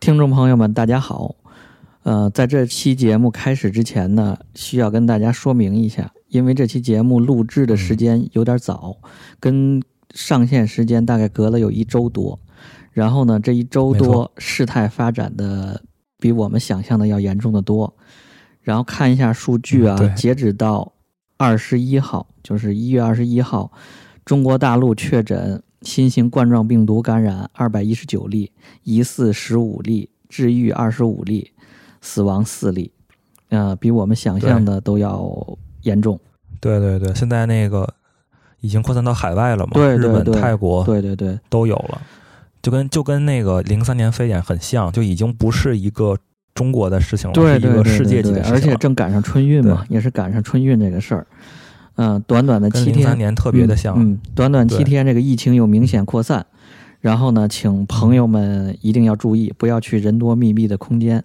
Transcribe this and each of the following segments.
听众朋友们，大家好。呃，在这期节目开始之前呢，需要跟大家说明一下，因为这期节目录制的时间有点早，跟上线时间大概隔了有一周多。然后呢，这一周没多错事态发展的比我们想象的要严重的多。然后看一下数据啊，嗯对截止到二十一号，就是一月二十一号，中国大陆确诊新型冠状病毒感染二百一十九例，疑似十五例，治愈二十五例，死亡四例，呃，比我们想象的都要严重。对对对，现在那个已经扩散到海外了嘛，对对日对本、泰国对对对，都有了，就跟就跟那个零三年非典很像，就已经不是一个中国的事情了，对对是一对个对世界级对的而事情啊且了。正赶上春运嘛，也是赶上春运这个事儿。嗯、短短的跟七零三天，年特别的像，嗯，嗯短短七对天，这个疫情有明显扩散。然后呢，请朋友们一定要注意，不要去人多密闭的空间。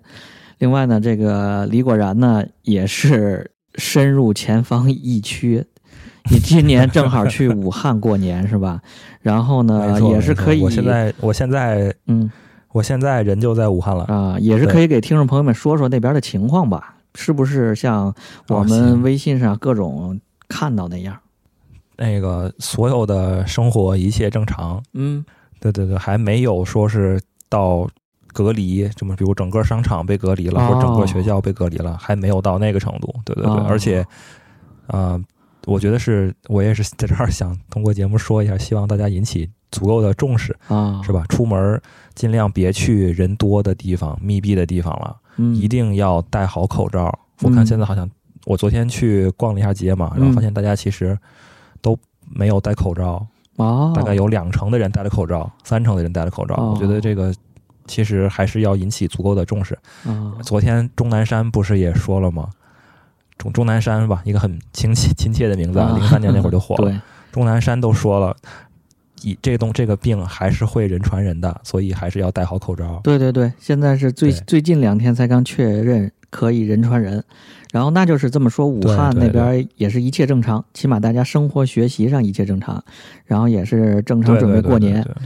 另外呢，这个李果然呢也是深入前方疫区。你今年正好去武汉过年是吧？然后呢没，错啊也是没错可以，我现在我现在嗯我现在人就在武汉了，啊、也是可以给听众朋友们说说那边的情况吧，是不是像我哦们行微信上各种看到那样？那个所有的生活一切正常，嗯，对对对，还没有说是到隔离，什么比如整个商场被隔离了，哦或者整个学校被隔离了，还没有到那个程度。对对对，哦而且，呃，我觉得是我也是在这儿想通过节目说一下，希望大家引起足够的重视，啊，是吧？出门尽量别去人多的地方、密闭的地方了，嗯，一定要戴好口罩。我嗯看现在好像我昨天去逛了一下街嘛，然嗯后发现大家其实都没有戴口罩。哦，大概有两成的人戴了口罩，三成的人戴了口罩。哦我觉得这个其实还是要引起足够的重视。啊昨天钟南山不是也说了吗？钟钟南山吧，一个很亲切亲切的名字啊，啊零三年那会 儿就火了。对，钟南山都说了，以这东这个病还是会人传人的，所以还是要戴好口罩。对对对，现在是最对最近两天才刚确认可以人传人，然后那就是这么说，武对汉对那边也是一切正常，起码大家生活学习上一切正常，然后也是正常对准备对对过年对，对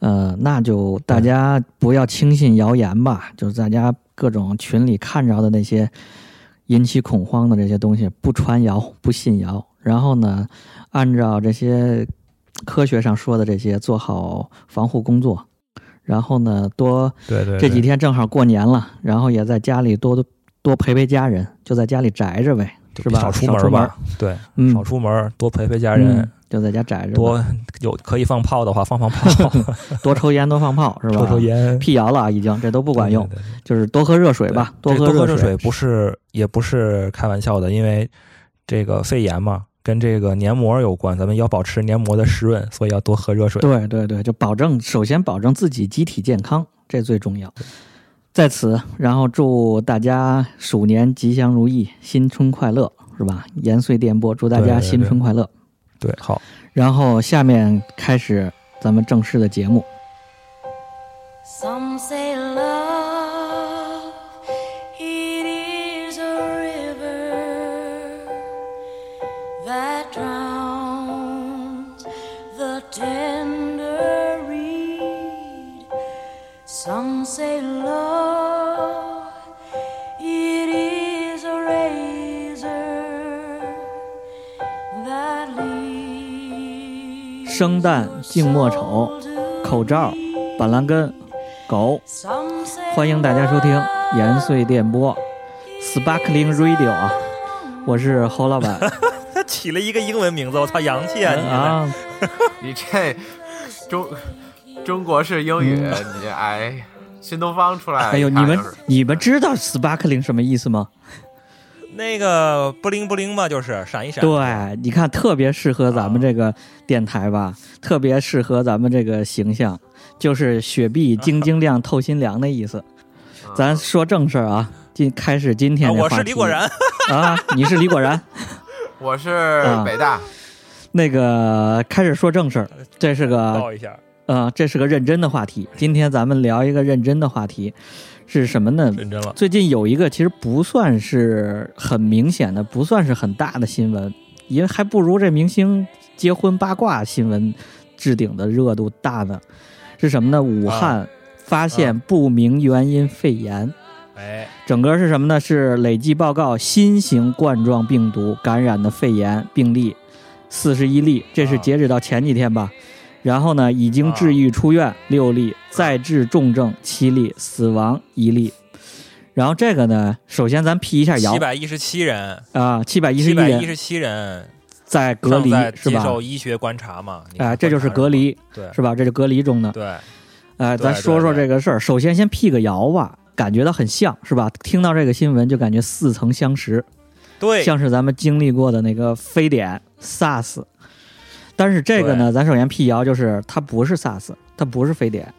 呃，那就大对家不要轻信谣言吧，就是大家各种群里看着的那些引起恐慌的这些东西，不传谣， 不信谣。然后呢，按照这些科学上说的这些，做好防护工作。然后呢，多对对对这几天正好过年了，然后也在家里多多多陪陪家人，就在家里宅着呗，是吧？少出门门吧，对，嗯，少出门，多陪陪家嗯人，就在家宅着吧，多有可以放炮的话放 放炮，多抽烟，多放炮，是吧？抽抽烟，辟谣了啊，已经这都不不管用。对对对就是多喝热水吧，对喝这热热不是也不是开玩笑的，因为这个肺炎嘛，跟这个黏膜有关，咱们要保持黏膜的湿润，所以要多喝热水。对对对，就保证首先保证自己机体健康，这最重要。在此，然后祝大家鼠年吉祥如意，新春快乐，是吧？延绥电波祝大对家对新春快乐。对，好，然后下面开始咱们正式的节目。 Some say love, it is a river that drowns the tender reed. Some say love, it is a razor that leaves 生旦净末丑，口罩、板蓝根、狗，欢迎大家收听延绥电波 Sparkling Radio 啊，我是侯老板 他起了一个英文名字，我操，洋气啊！啊。你这中中国式英语，你这哎，新东方出来，嗯哎呦，一你看们就是你们知道 sparkling 什么意思吗？那个不灵不灵吧，就是闪一啊闪。对，你看特别适合咱们这啊个电台吧，特别适合咱们这个形象，就是雪碧晶晶亮透心凉的意思。咱说正事儿啊，今开始今天啊，的话我题、是李果然， 啊，你是李果 然。我是啊北大，那个开始说正事儿，这是个报一下，呃，这是个认真的话题。今天咱们聊一个认真的话题，是什么呢？认真了。最近有一个其实不算是很明显的，不算是很大的新闻，也还不如这明星结婚八卦新闻置顶的热度大呢。是什么呢？武汉发现不明原因肺炎。哎，整个是什么呢？是累计报告新型冠状病毒感染的肺炎病例四十一例，这是啊截止到前几天吧。然后呢，已啊经治愈出院六例，再治重症七例，死亡一例。然后这个呢，首先咱辟一下谣七百一十七人，啊，七百一十七一百一人十七人在隔正离在是接吧受？医学观察嘛？你看哎，这就是隔离观察是吧？这就隔离中的是吧，哎，对咱对说说对这个事儿。首先，先辟个谣吧，感觉到很像是吧？听到这个新闻就感觉似曾相识，对对，像是咱们经历过的那个非典、SARS。但是这个呢，咱首先辟谣，就是它不是 SARS，它不是非典，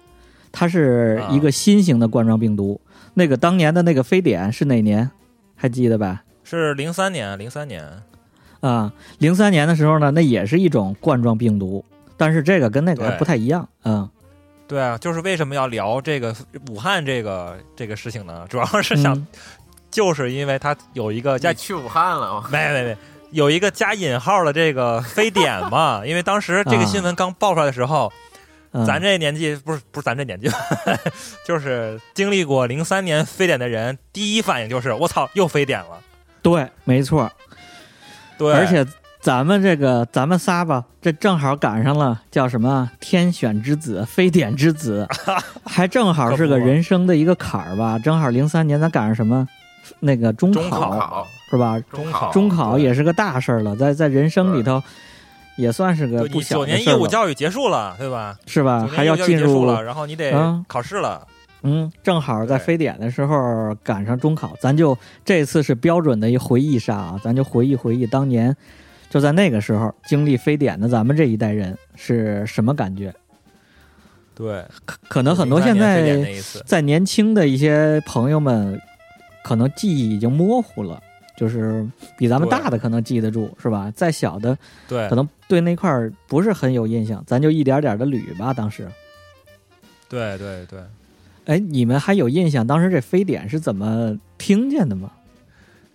它是一啊个新型的冠状病毒。那个当年的那个非典是哪年？还记得吧？是零三年，零三年，啊，零三年的时候呢，那也是一种冠状病毒，但是这个跟那个对不太一样。嗯，对啊，就是为什么要聊这个武汉这个这个事情呢？主要是想，嗯就是因为它有一个你加去武汉了吗？没没没，有一个加引号的这个非典嘛， 因为当时这个新闻刚爆出来的时候，嗯咱这年纪不是不是咱这年纪， 就是经历过零三年非典的人，第一反应就是我操，又非典了。对，没错。对，而且咱们这个咱们仨吧，这正好赶上了叫什么啊天选之子、非典之 子，还正好是个可不嘛人生的一个坎儿吧。正好零三年咱赶上什么那个中考中中考，是吧？中考，考中考对也是个大事儿了，在在人生里头也算是个就不你小九的年事义儿务了，教育结束了，对吧？是吧？九还年义要务教育进结束入了，然后你得嗯考试了。嗯，正好在对非典的时候赶上中考，咱就这次是标准的一回忆杀啊，咱就回忆回忆当年，就在那个时候经历非典的咱们这一代人是什么感觉？对，可可能很多现03年非典在那一次，在年轻的一些朋友们，可能记忆已经模糊了，就是比咱们对大的可能记得住，是吧？再小的对可能对那块儿不是很有印象，咱就一点点的捋吧。当时，对对对。哎，你们还有印象当时这非典是怎么听见的吗？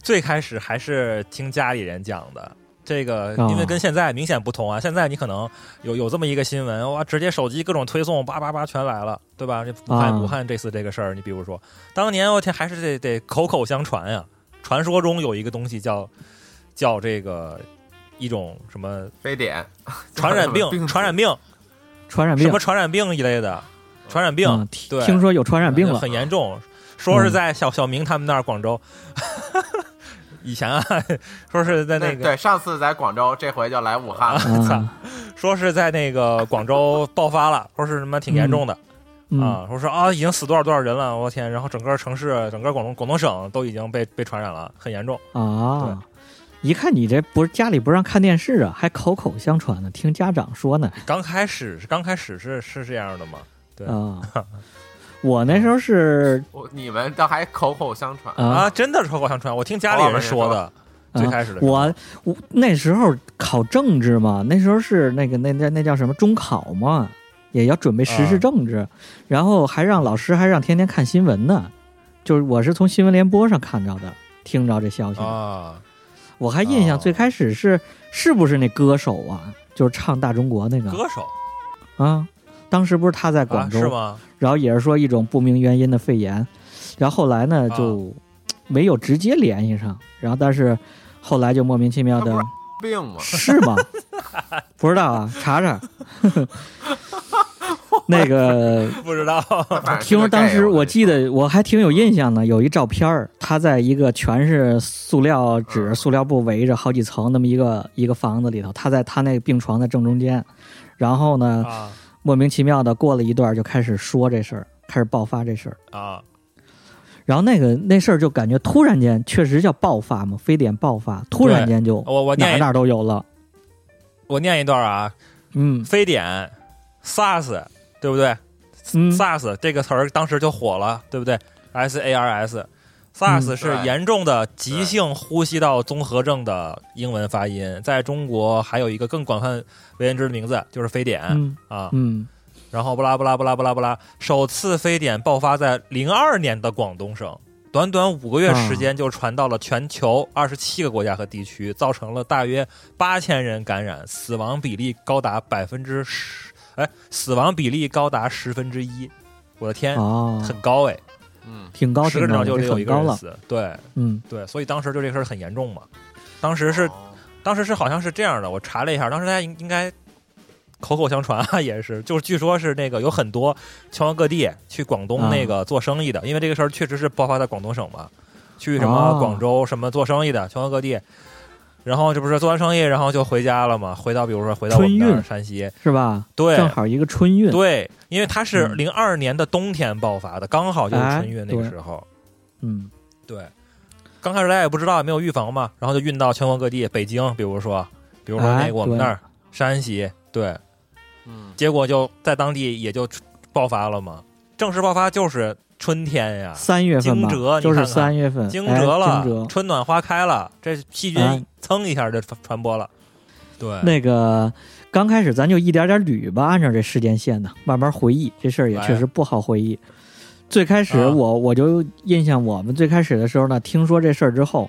最开始还是听家里人讲的。这个啊因为跟现在明显不同啊，现在你可能有有这么一个新闻，哇，直接手机各种推送，叭叭叭全来了，对吧？这武汉、啊武汉这次这个事儿，你比如说，当年我天还是得得口口相传呀、传说中有一个东西叫叫这个一种什么非典，，传染病 病毒传染病传染病什么传染病一类的传染病，嗯听对听说有传染病了嗯很严重，说是在小小明他们那儿广州， 以前啊，说是在那那个对，上次在广州，这回就来武汉了。啊，说是在那个广州爆发了，说是什么挺严重的、嗯， 啊，说是啊已经死多少多少人了，我天！然后整个城市、整个广东广东省都已经被被传染了，很严重。啊。一看你这不是家里不让看电视啊，还口口相传呢，听家长说呢刚开始刚开始是是这样的嘛，对啊。我那时候是我你们倒还口口相传，啊，啊，真的是口口相传，我听家里人说的，啊最开始的时候我我那时候考政治嘛，那时候是那个那那那叫什么中考嘛，也要准备时事啊政治，然后还让老师还让天天看新闻呢，就是我是从新闻联播上看着的，听着这消息的啊我还印象哦最开始是、是不是那歌手啊，就是唱《大中国》那个歌手啊，当时不是他在啊广州、是吗？然后也是说一种不明原因的肺炎，然后后来呢啊就没有直接联系上，然后但是后来就莫名其妙的他不病吗？是 吗？不知道啊，查查。 那个不知道反正是听说个当 gay，时我我记嗯得我还挺有印象的，有一照片儿，他在一个全是塑料纸、嗯塑料布围着好几层那么一个一个房子里头，他在他那个病床的正中间，然后呢，啊莫名其妙的过了一段就开始说这事儿，开始爆发这事儿，啊然后那个那事儿就感觉突然间确实叫爆发嘛，非典爆发，突然间就我我哪儿念一哪儿都有了，我念一段啊，嗯非典、SARS，对不对？嗯 SARS 这个词儿当时就火了，对不对？S A R S。SARS 嗯是对严重的急性呼吸道综合症的英文发音，在中国还有一个更广泛为人知的名字，就是非典、嗯啊。嗯然后不拉不拉不拉不拉不拉，首次非典爆发在零二年的广东省，短短五个月时间就传到了全球二十七个国家和地区，造成了大约八千人感染，死亡比例高达百分之十，哎，死亡比例高达十分之一。我的天，哦，很高哎，嗯，挺高，十个挺人高的，上就得这有很一个人了，死。对嗯对，所以当时就这个事儿很严重嘛。当时是哦当时是好像是这样的，我查了一下，当时大家应应该口口相传啊， 也是，就是据说是那个有很多全国各地去广东啊那个做生意的，因为这个事儿确实是爆发在广东省嘛，去什么哦广州什么做生意的，全国各地。然后这不是做完生意，然后就回家了嘛？回到比如说回到我们春那儿运山西，是吧？对正好一个春运，对，因为它是嗯零二年的冬天爆发的，刚好就是哎春运那个对时候。嗯，对，刚开始大家也不知道，也没有预防嘛，然后就运到全国各地，北京，比如说，比如说哎那个我们那儿、山西，对，嗯，结果就在当地也就出爆发了嘛。正式爆发就是春天呀，三月份吧，啊惊蛰你就是看看三月份，惊哎蛰了，惊蛰。春暖花开了，这细哎菌噌一下就传传播了。对，那个刚开始咱就一点点捋吧，按照这时间线呢，慢慢回忆，这事儿也来确实不好回忆。最开始啊我、我就印象，我们最开始的时候呢，听说这事儿之后，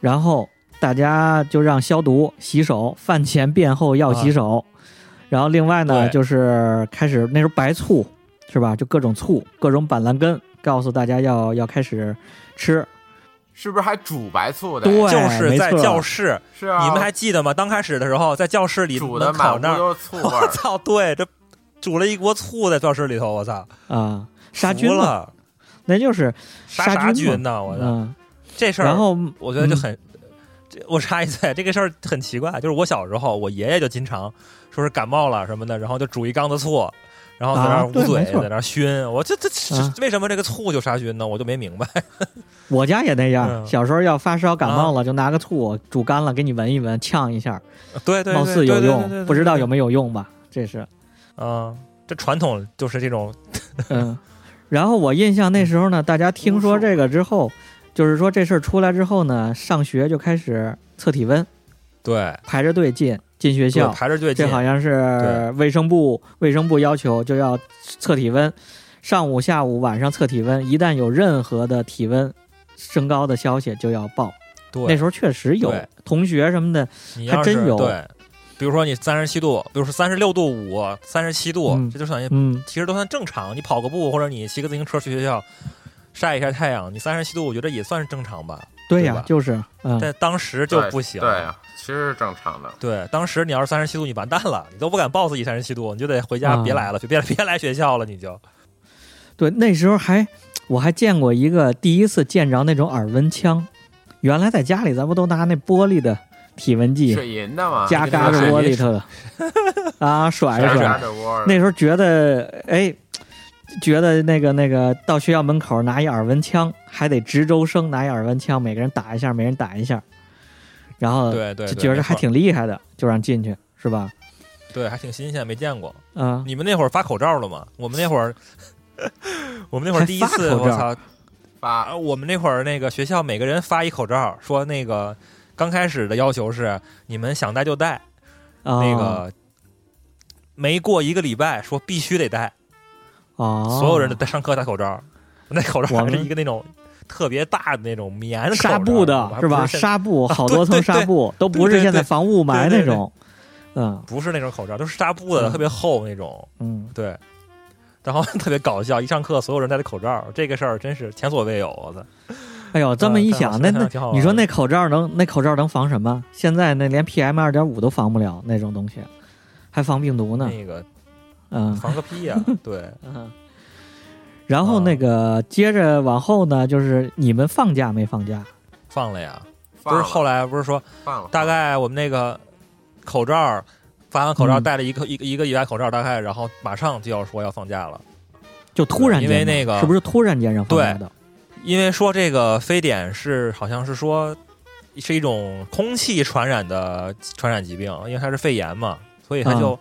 然后大家就让消毒、洗手，饭前便后要洗手，然后另外呢嗯对就是开始那时候白醋是吧，就各种醋、各种板蓝根，告诉大家要要开始吃，是不是还煮白醋的？对，就是在没错教室，是啊，你们还记得吗？刚开始的时候，在教室里煮的门满口屋那儿，都是 醋味我儿，操，对，这煮了一锅醋在教室里头，我操，啊杀菌服嘛，了。那就是杀杀啥菌嘛菌呢？我的嗯，这事儿，然后我觉得就嗯很，这我插一嘴，这个事儿很奇怪，就是我小时候，我爷爷就经常说是感冒了什么的，然后就煮一缸子醋，然后在那啊儿捂对嘴，没错在那儿熏。我这这啊这为什么这个醋就杀菌呢？我就没明白。 我家也那样，嗯啊小时候要发烧感冒了，就拿个醋煮干了，给你闻一闻，呛一下，对对，对貌似有用，不知道有没没有用吧？这是， 啊？这传统就是这种嗯。然后我印象那时候呢，大家听说这个之后，就是说这事儿出来之后呢，上学就开始测体温，对排着队进进学对校，排着队进这，好像是对卫生部卫生部要求就要测体温，上午、下午、晚上测体温，一旦有任何的体温升高的消息就要报。那对，时候确实有对同学什么的，你还要是真有对，比如说你三十七度，比如说三十六度五、三十七度嗯，这就算嗯，其实都算正常。你跑个步或者你骑个自行车去学校晒一晒太阳，你三十七度，我觉得也算是正常吧。对对呀吧，就是，嗯，但当时就不行，对，对其实是正常的。对当时你要是三十七度，你完蛋了，你都不敢报自己三十七度，你就得回家啊别来了，别别来学校了，你就对，那时候还我还见过一个第一次见着那种耳温枪，原来在家里咱不都拿那玻璃的体温计水银的嘛，夹嘎着子水窝银里头 的啊甩一夹甩，着窝儿那时候觉得哎。觉得那个那个到学校门口拿一耳温枪，还得值周生拿一耳温枪，每个人打一下，每人打一下，然后对对，嗯就对觉没得还错挺厉害的，就让进去是吧？对，还挺新鲜，没见过。啊，你们那会儿发口罩了吗？我们那会儿， 我们那会儿第一次，还发口我罩操，发啊，我们那会儿那个学校每个人发一口罩，说那个刚开始的要求是你们想戴就戴，那啊个没过一个礼拜说必须得戴，哦，所有人都在上课戴口罩，那口罩我还们是一个那种特别大的那种棉口罩纱布的是吧？纱纱布 啊好多层对对纱布，都不对是对现在对防雾霾那对对对种。嗯不是那种口罩，都是纱布的，嗯特别厚那种。嗯，对，然后特别搞笑，一上课所有人戴着口罩，这个事儿真是前所未有。我操！哎呦，这么一但想，我那想想那挺好玩你说的那口罩能那口罩能防什么？现在那连 PM 二点五都防不了那种东西，还防病毒呢。那个嗯防个 屁呀、对，嗯。 然后那个接着往后呢，就是你们放假没放假？放了呀。放不了是后来不是说放了，大概我们那个口罩儿发完口罩儿嗯戴了一个一个一个礼拜口罩儿，大概然后马上就要说要放假了，就突然间因为吗那个是不是突然间让放对假的？因为说这个非典是好像是说是一种空气传染的传染疾病，因为它是肺炎嘛，所以它嗯就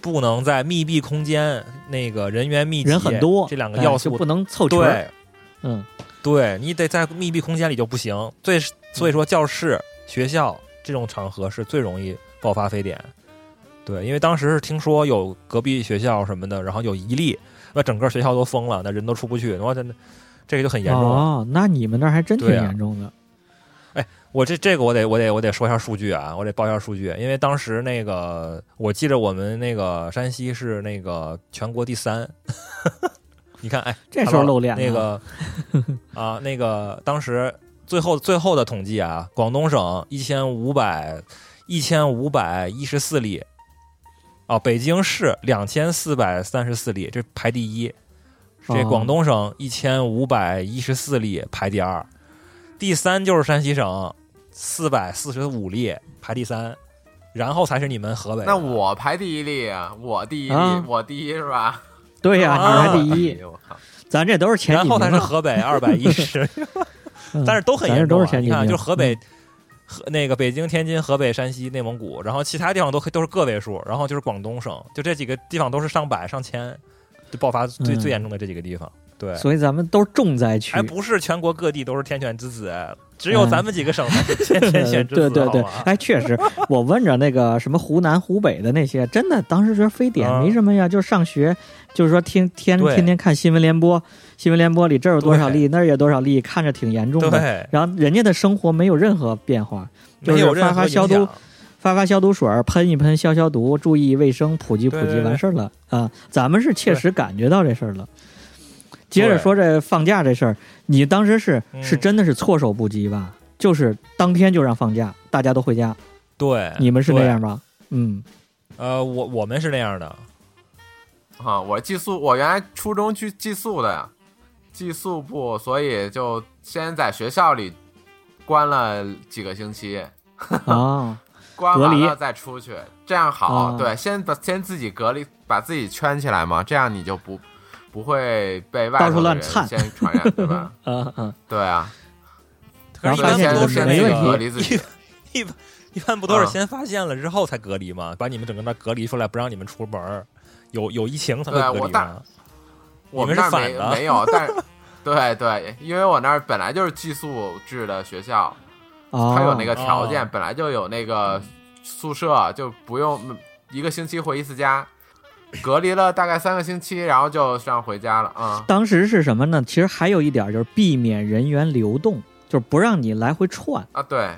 不能在密闭空间那个人员密集人很多，这两个哎要就素不能凑齐。对嗯对，你得在密闭空间里就不行。最所以说，教室、学校这种场合是最容易爆发非典。对，因为当时是听说有隔壁学校什么的，然后有一例，那整个学校都封了，那人都出不去，我真的这个就很严重了。哦，那你们那儿还真挺对啊严重的。我这这个我得我得我得说一下数据啊，我得报一下数据，因为当时那个我记着我们那个山西是那个全国第三， 你看，哎，这时候露脸了那个啊，那个当时最后最后的统计啊，广东省一千五百一千五百一十四例，啊，北京市两千四百三十四例，这排第一。这哦广东省一千五百一十四例排第二，第三就是山西省四百四十五例排第三，然后才是你们河北的。那我排第一例啊，我第一例，啊我第一是吧？对呀、啊你排第 哎一，呦我靠！咱这都是前然几后名才是啊，河北二百一十，嗯但是都很咱严这重、都啊。是前几你看，名，就河北、和那个北京、天津、河北、山西、内蒙古，然后其他地方都可都是个位数，然后就是广东省，就这几个地方都是上百、上千，就爆发最、嗯最严重的这几个地方。对嗯，，所以咱们都是重灾区哎，。不是全国各地都是天选之子，只有嗯咱们几个省才是天 天选之子，对 对对好吗，哎，确实，我问着那个什么湖南、湖北的那些，真的当时觉得非典啊没什么呀，就是上学，就是说听天对天天看新闻联播，新闻联播里这儿有多少对例，那儿有多少例，看着挺严重的。对，然后人家的生活没有任何变化，就没有是任发发何消影毒响。发发消毒水儿，喷一喷消消毒，注意卫生，普及普对及，对对完事儿了啊！咱们是切实感觉到这事儿了。接着说这放假这事儿，你当时是嗯是真的是措手不及吧？就是当天就让放假，大家都回家，对，你们是那对样？吧？ 嗯，呃，我我们是那样的，啊，我寄宿，我原来初中去寄宿的呀，寄宿部，所以就先在学校里关了几个星期，啊，关完隔了离再出去，这样好。啊对，先把先自己隔离，把自己圈起来嘛，这样你就不不会被外到头处的乱人窜先传染，对吧？ 啊啊，对啊，然后一发般现不都是先那自己个隔离自己， 一般一般不都是啊先发现了之后才隔离吗？把你们整个那隔离出来，不让你们出门儿，有有疫情才会对啊隔我离大吗？我你们那是儿反没的没 有，但是对对，因为我那儿本来就是寄宿制的学校，哦，它有那个条件，哦本来就有那个宿舍，就不用嗯一个星期回一次家，隔离了大概三个星期，然后就让回家了啊、当时是什么呢？其实还有一点儿就是避免人员流动，就是不让你来回串，啊！对，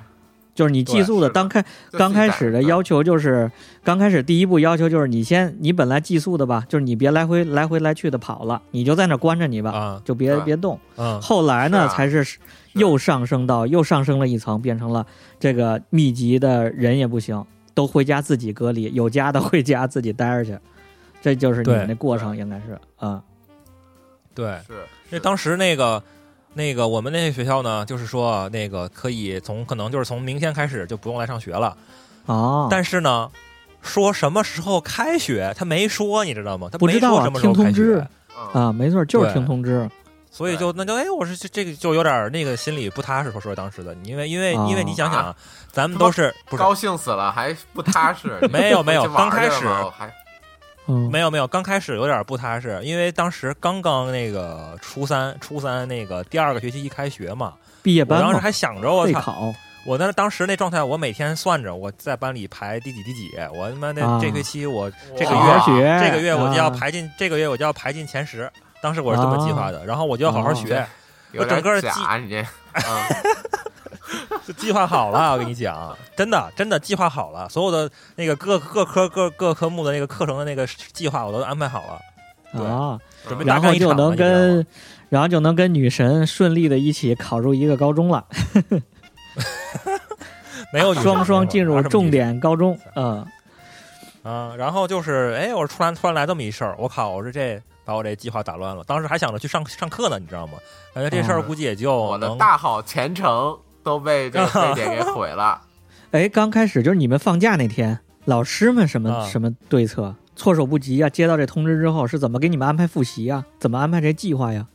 就是你寄对宿的是的当开就刚自己嗯开打始的对要求就是，刚开始第一步要求就是你先，你本来寄宿的吧，就是你别来回来回来去的跑了，你就在那关着你吧，啊，就别对别动。嗯，后来呢，是啊才是又上升到又上升了一层，变成了这个密集的人也不行，都回家自己隔离，有家的 回家自己待着去，这就是你对们的过程应该是啊，对，是因为当时那个那个我们那学校呢，就是说那个可以从可能就是从明天开始就不用来上学了，哦，但是呢，说什么时候开学他没说，你知道吗？他不没知道说啊什么时候听开通知学，啊啊，没错，就是对听通知，所以就那就哎，我是这这个就有点那个心里不踏实，说说当时的，因为因为啊因为你想想啊，咱们都是不是高兴死了，还不 踏实。你没有没有回去刚玩开去了始吗还嗯，没有没有，刚开始有点不踏实，因为当时刚刚那个初三，初三那个第二个学期一开学嘛，毕业我当班时嘛，还想着我备操，考，我那当时那状态，我每天算着我在班里排第几第几，我他妈的啊这学期我这个好月啊好哇学，这个月我就要啊排进，这个月我就要排进前十，当时我是这么计划的，然后我就要好好学啊，有整个点记假，你这嗯啊，就 计划好了，我跟你讲，真的真的计划好了，所有的那个各各科各各科目的那个课程的那个计划我都安排好了，对啊，准备然大后干一场就了能你知道吗跟，然后就能跟女神顺利的一起考入一个高中了，没有女生双双进入重点高中。嗯，啊，然后就是，哎，我突然突然来这么一事儿，我靠，我说这把我这计划打乱了。当时还想着去上上课呢，你知道吗？感觉这事儿估计也就嗯我的能大好前程都被这个非典给毁了。哎，刚开始就是你们放假那天，老师们什么、啊什么对策，措手不及啊！接到这通知之后，是怎么给你们安排复习啊？怎么安排这计划呀？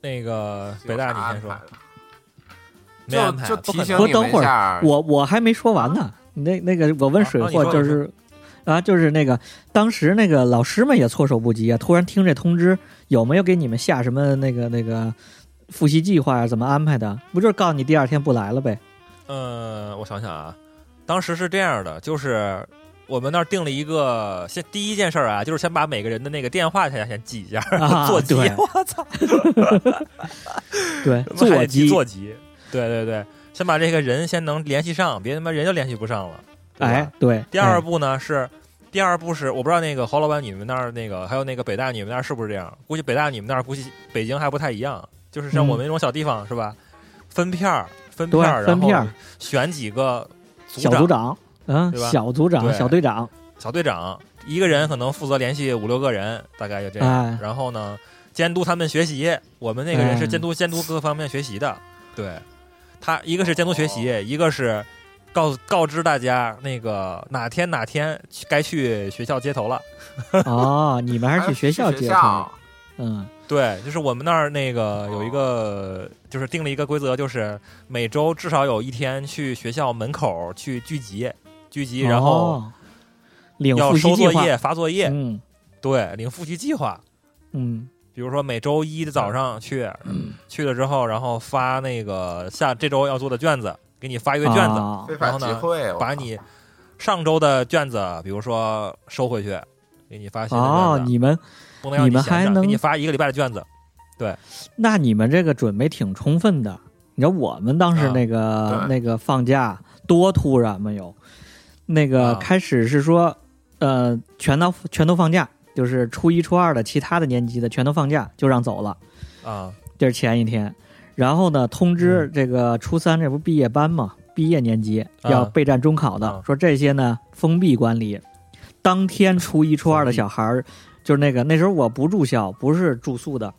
那个北大，有啥你先安说，排没安排就不就可提能醒不你等们一会儿下，我我还没说完呢。那那个，我问啊水啊你货说就你说是，啊，就是那个当时那个老师们也措手不及啊，突然听这通知，有没有给你们下什么那个那个复习计划呀、怎么安排的？不就是告诉你第二天不来了 呗？嗯，我想想啊，当时是这样的，就是我们那儿定了一个，先第一件事儿啊，就是先把每个人的那个电话先先记一下，啊座机，对我操， 对，还得座记机，座机，对对对，先把这个人先能联系上，别他妈人就联系不上了。对吧哎，对。第二哎步呢是第二步是我不知道那个侯老板你们那儿那个，还有那个北大你们那儿是不是这样？估计北大你们那儿估计北京还不太一样，就是嗯像我们那种小地方、是吧？分片儿，分片儿，对，分片然儿后，选几个组小组长，嗯对吧，小组长，对小队长，小队长，一个人可能负责联系五六个人，大概就这样。哎然后呢，监督他们学习。我们那个人是嗯监督、监督各方面学习的，对，他一个是监督学哦习，一个是告告知大家那个哪天哪天该去学校接头了。 哦，你们还是去学校接学头校，嗯，对，就是我们那儿那个有一哦个，就是定了一个规则，就是每周至少有一天去学校门口去聚集，聚集，然后哦领要复习收计作划，业、发作业，嗯对，领复习计划。嗯，比如说每周一的早上去，去了之后，然后发那个下这周要做的卷子，给你发一这个卷子，子非法集会，我把你上周的卷子，比如说收回去，给你发新的哦，卷子，你们不能让你们还闲着，能给你发一个礼拜的卷子。那你们这个准备挺充分的。你知道我们当时啊那个、对那个放假多突然吗？有，那个啊开始是说，呃，全都全都放假，就是初一、初二的其他的年级的全都放假，就让走了，啊这是前一天。然后呢，通知这个初三这不毕业班嘛，毕业年级嗯啊要备战中考的，啊说这些呢封闭管理。当天初一、初二的小孩儿，就是那个那时候我不住校，不是住宿的，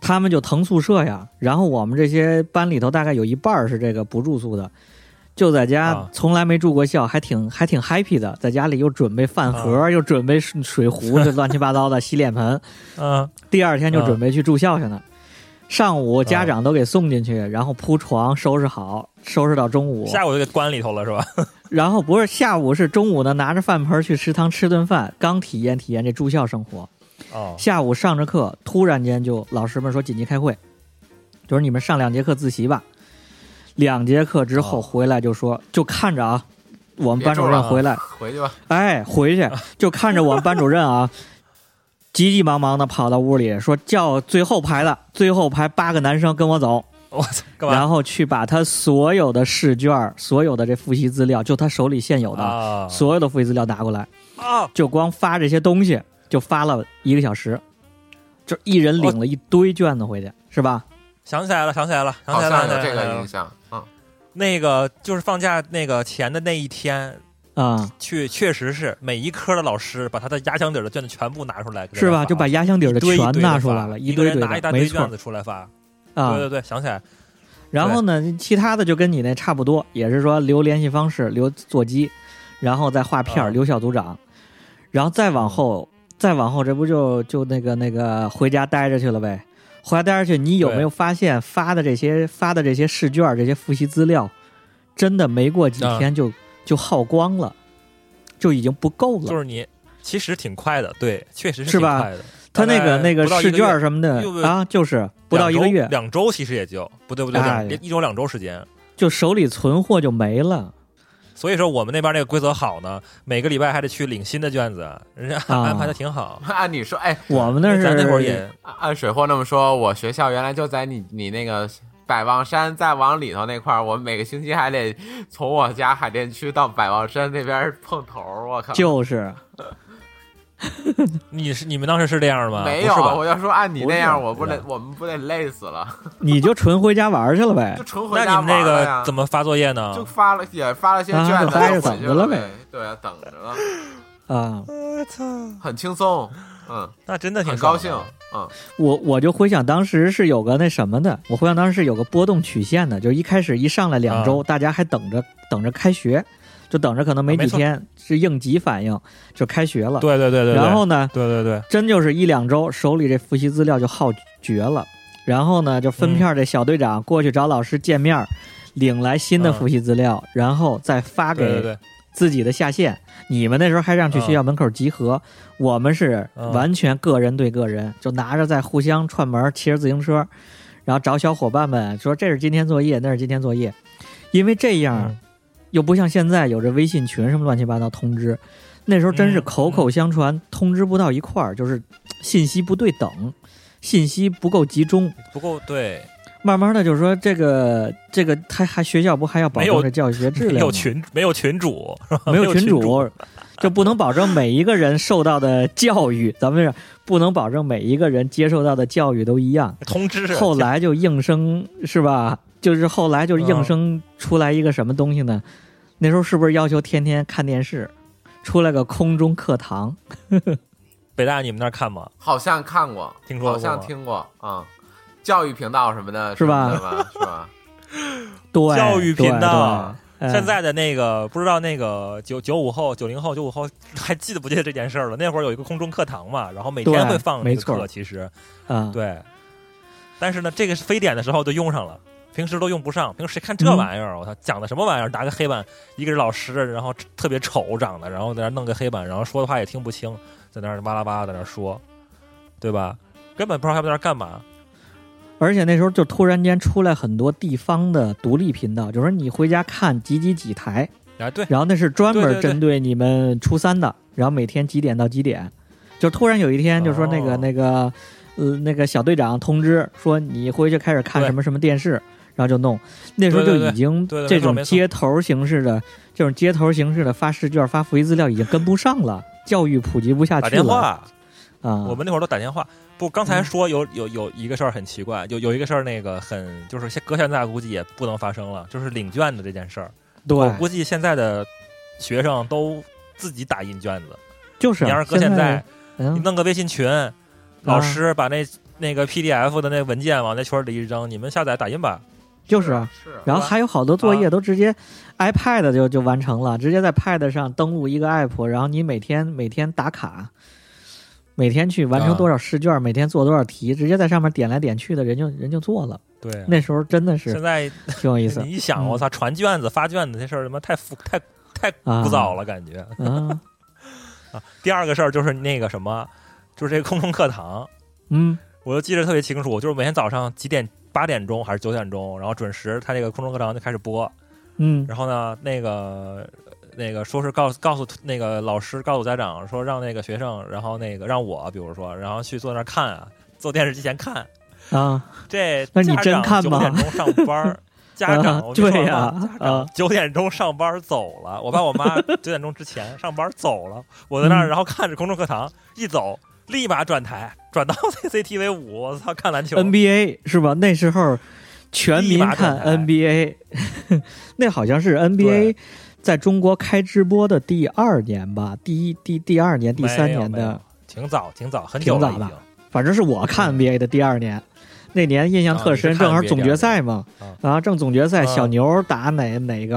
他们就腾宿舍呀。然后我们这些班里头大概有一半儿是这个不住宿的，就在家啊从来没住过校，还挺还挺 happy 的，在家里又准备饭盒，啊又准备水水壶，这乱七八糟的洗脸盆，嗯第二天就准备去住校去了。上午家长都给送进去，然后铺床收拾好，收拾到中午。下午就给关里头了是吧？然后不是下午是中午呢，拿着饭盆去食堂吃顿饭，刚体验体验这住校生活。 哦，下午上着课，突然间就老师们说紧急开会，就是你们上两节课自习吧。两节课之后哦回来就说，就看着啊，我们别班主住任了回来，回去吧。哎，回去啊就看着我们班主任 啊，急急忙忙的跑到屋里说叫最后排的，最后排八个男生跟我走，我操，干嘛然后去把他所有的试卷儿、所有的这复习资料，就他手里现有的、啊所有的复习资料拿过来，啊？就光发这些东西就发了一个小时，就一人领了一堆卷子回去，是吧？想起来了，想起来了，想好起来了，像想有起这来个了印。象，嗯， 那个就是放假那个前的那一天，啊、确确实是每一科的老师把他的压箱底儿的卷子全部拿出来，给大家是吧？发就把压箱底儿一堆一全堆拿地出来发了，一堆个人拿堆的，一大没堆错卷子出来发。啊。对对对，想起来，然后呢，其他的就跟你那差不多，也是说留联系方式、留座机，然后再划片儿、啊留小组长，然后再往后，再往后，这不就就那个那个回家待着去了呗？回家待着去，你有没有发现发的这些发的这些试卷、这些复习资料，真的没过几啊天就、就耗光了，就已经不够了。就是你其实挺快的，对，确实是挺吧快的。他那个大概那个不到一试月卷什么的又不啊，就是不到一个两周月，两周其实也就不对不对，哎两一周两周时间。就手里存货就没了。所以说我们那边那个规则好呢，每个礼拜还得去领新的卷子，人家啊安排的挺好。按你说，哎，我们那是咱那会儿也按按水货那么说，我学校原来就在你你那个百望山再往里头那块儿，我每个星期还得从我家海淀区到百望山那边碰头儿，我靠，就是你是你们当时是这样吗？没有，不是吧我要说按你那样，不是我不不是得我们不得累死了，你就纯回家玩儿去了呗 就。纯回那你家们那玩了呀个怎。么发作业呢？就发了也发了些啊卷子，就发着就回等去着了了呗。对啊，等着了，啊，我操，很轻松，嗯，那真的挺很爽高的兴，嗯，我我就回想当时是有个那什么的，我回想当时是有个波动曲线的，就一开始一上来两啊周，大家还等着等着开学，就等着可能没啊没几错天是应急反应就开学了。对对对对。对然后呢，对对对，真就是一两周，手里这复习资料就耗绝了。然后呢，就分嗯片儿这小队长过去找老师见面儿，领来新的嗯复习资料，然后再发对对给对，自己的下线。你们那时候还让去啊学校门口集合，我们是完全个人对个人，就拿着在互相串门，骑着自行车，然后找小伙伴们说这是今天作业，那是今天作业，因为这样、嗯又不像现在有这微信群什么乱七八糟通知，那时候真是嗯口口相传，通知不到一块儿，就是信息不对等，信息不够集中，不够对，慢慢的就说这个这个他还学校不还要保没证有这教学质没量有吗？啊群没有群主， 没有没有群群主主， 就不能保证每一个人受到的教育，咱们是不能保证每一个人接受到的教育都一样。通知后来就应声是吧？就是后来就是嗯应声出来一个什么东西呢？那时候是不是要求天天看电视？出来个空中课堂，北大你们那儿看吗？好像看过，听说过好像吗听过啊、教育频道什么的，是吧什么的吧？是吧？对，教育频道对。对嗯现在的那个不知道那个九九五后、九零后、九五后 还记得不记得这件事儿了？那会儿有一个空中课堂嘛，然后每天对会放那没个错课，其实啊，对。但是呢，这个是非典的时候就用上了，平时都用不上。平时谁看这嗯玩意儿？我操，讲的什么玩意儿？拿个黑板，一个是老师，然后特别丑长得，然后在那儿弄个黑板，然后说的话也听不清，在那儿巴拉巴拉在那儿说，对吧？根本不知道他们在那儿干嘛。而且那时候就突然间出来很多地方的独立频道，就是说你回家看几几几台，啊， 对，然后那是专对门对对针对你们初三的，然后每天几点到几点，就突然有一天就说那个、哦那个呃那个小队长通知说你回去开始看对什么什么电视，然后就弄，那时候就对对对已经对对这没错种没错街头形式的这种街头形式的发试卷、发复习资料已经跟不上了，教育普及不下打去电了啊。嗯话。我们那会儿都打电话。不，刚才说有有有一个事儿很奇怪，有有一个事儿那个很就是现搁现在估计也不能发生了，就是领卷的这件事儿。我对，估计现在的学生都自己打印卷子。就是啊你要是搁现在，你嗯，弄个微信群，老师把那那个 PDF 的那文件往那圈里一扔，你们下载打印吧。 就是啊。是啊然后吧还有好多作业啊都直接 iPad 就就完成了，直接在 Pad 上登录一个 app，然后你每天每天打卡，每天去完成啊多少试卷，每天做多少题，直接在上面点来点去的人就人就做了。对啊，那时候真的现是在挺有意 思你一想，嗯我操，传卷子、发卷子这事儿他妈太复太太啊枯燥了，感觉。啊，第二个事儿就是那个什么，就是这个空中课堂。嗯我就记得特别清楚，我就是每天早上几点，八点钟还是九点钟，然后准时他那个空中课堂就开始播，嗯然后呢，那个那个说是告诉告诉那个老师告诉家长说让那个学生，然后那个让我，比如说，然后去坐那儿看啊，坐电视机前看，啊，这那你家真长看吗九点钟上班儿。家啊 长，我对呀呀，家啊长九点钟上班走了，我爸我妈九点钟之前上班走了，我在那儿，嗯然后看着空中课堂，一走立马转台，转到 CCTV 五，我操，看篮球 NBA 是吧？那时候全民立马看转台 NBA，那好像是 NBA 对在中国开直播的第二年吧，第一第第二年第三没有年没的有。挺早，挺早，很挺久了早已的经。反正是我看 NBA 的第二年，那年印象特深，嗯啊你是看正好总决赛嘛 NBA 第二年啊，然后正总决赛，啊小牛打哪哪个，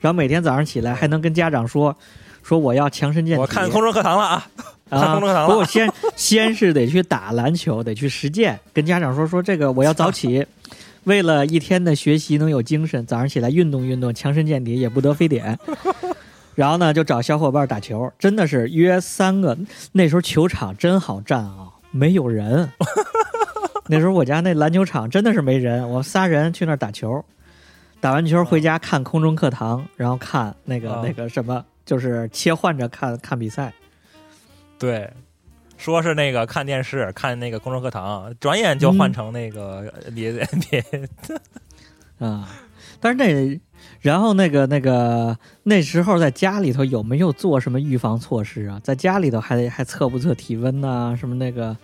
然后每天早上起来还能跟家长说，说我要强身健体。我看空中课堂了啊，看啊空中课堂，了不过先先是得去打篮球，得去实践，跟家长说说这个我要早起，为了一天的学习能有精神，早上起来运动运动，强身健体也不得非典。然后呢，就找小伙伴打球，真的是约三个。那时候球场真好占啊，没有人。那时候我家那篮球场真的是没人，我仨人去那儿打球，打完球回家看空中课堂，然后看那个、啊那个什么，就是切换着看看比赛。对，说是那个看电视，看那个空中课堂，转眼就换成 那个 NBA NBA 啊，但是那，然后那个那个那时候在家里头有没有做什么预防措施啊？在家里头还得还测不测体温呐、什么那个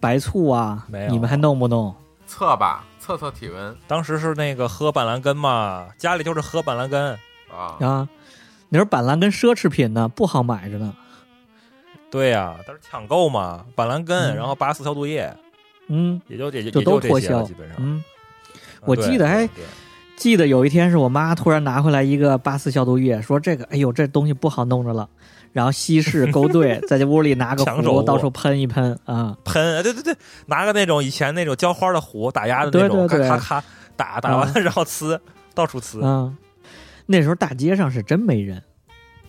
白醋啊没，有你们还弄不弄？测吧，测测体温当时是那个喝板蓝根嘛，家里就是喝板蓝根。啊。啊，你说板蓝根奢侈品呢，不好买着呢。对呀、但是抢购嘛，板蓝根，嗯然后八四消毒液，嗯也就也就就都也就这些脱了，销基本上。嗯，啊我对记得还对对记得有一天是我妈突然拿回来一个八四消毒液，说这个哎呦这东西不好弄着了，然后稀释勾 兑，在这屋里拿个抢手壶物到处喷一喷啊。喷，哎对对对，拿个那种以前那种浇花的壶，打压的对那种，对对咔咔咔打打完了、然后呲，到处呲。嗯，那时候大街上是真没人，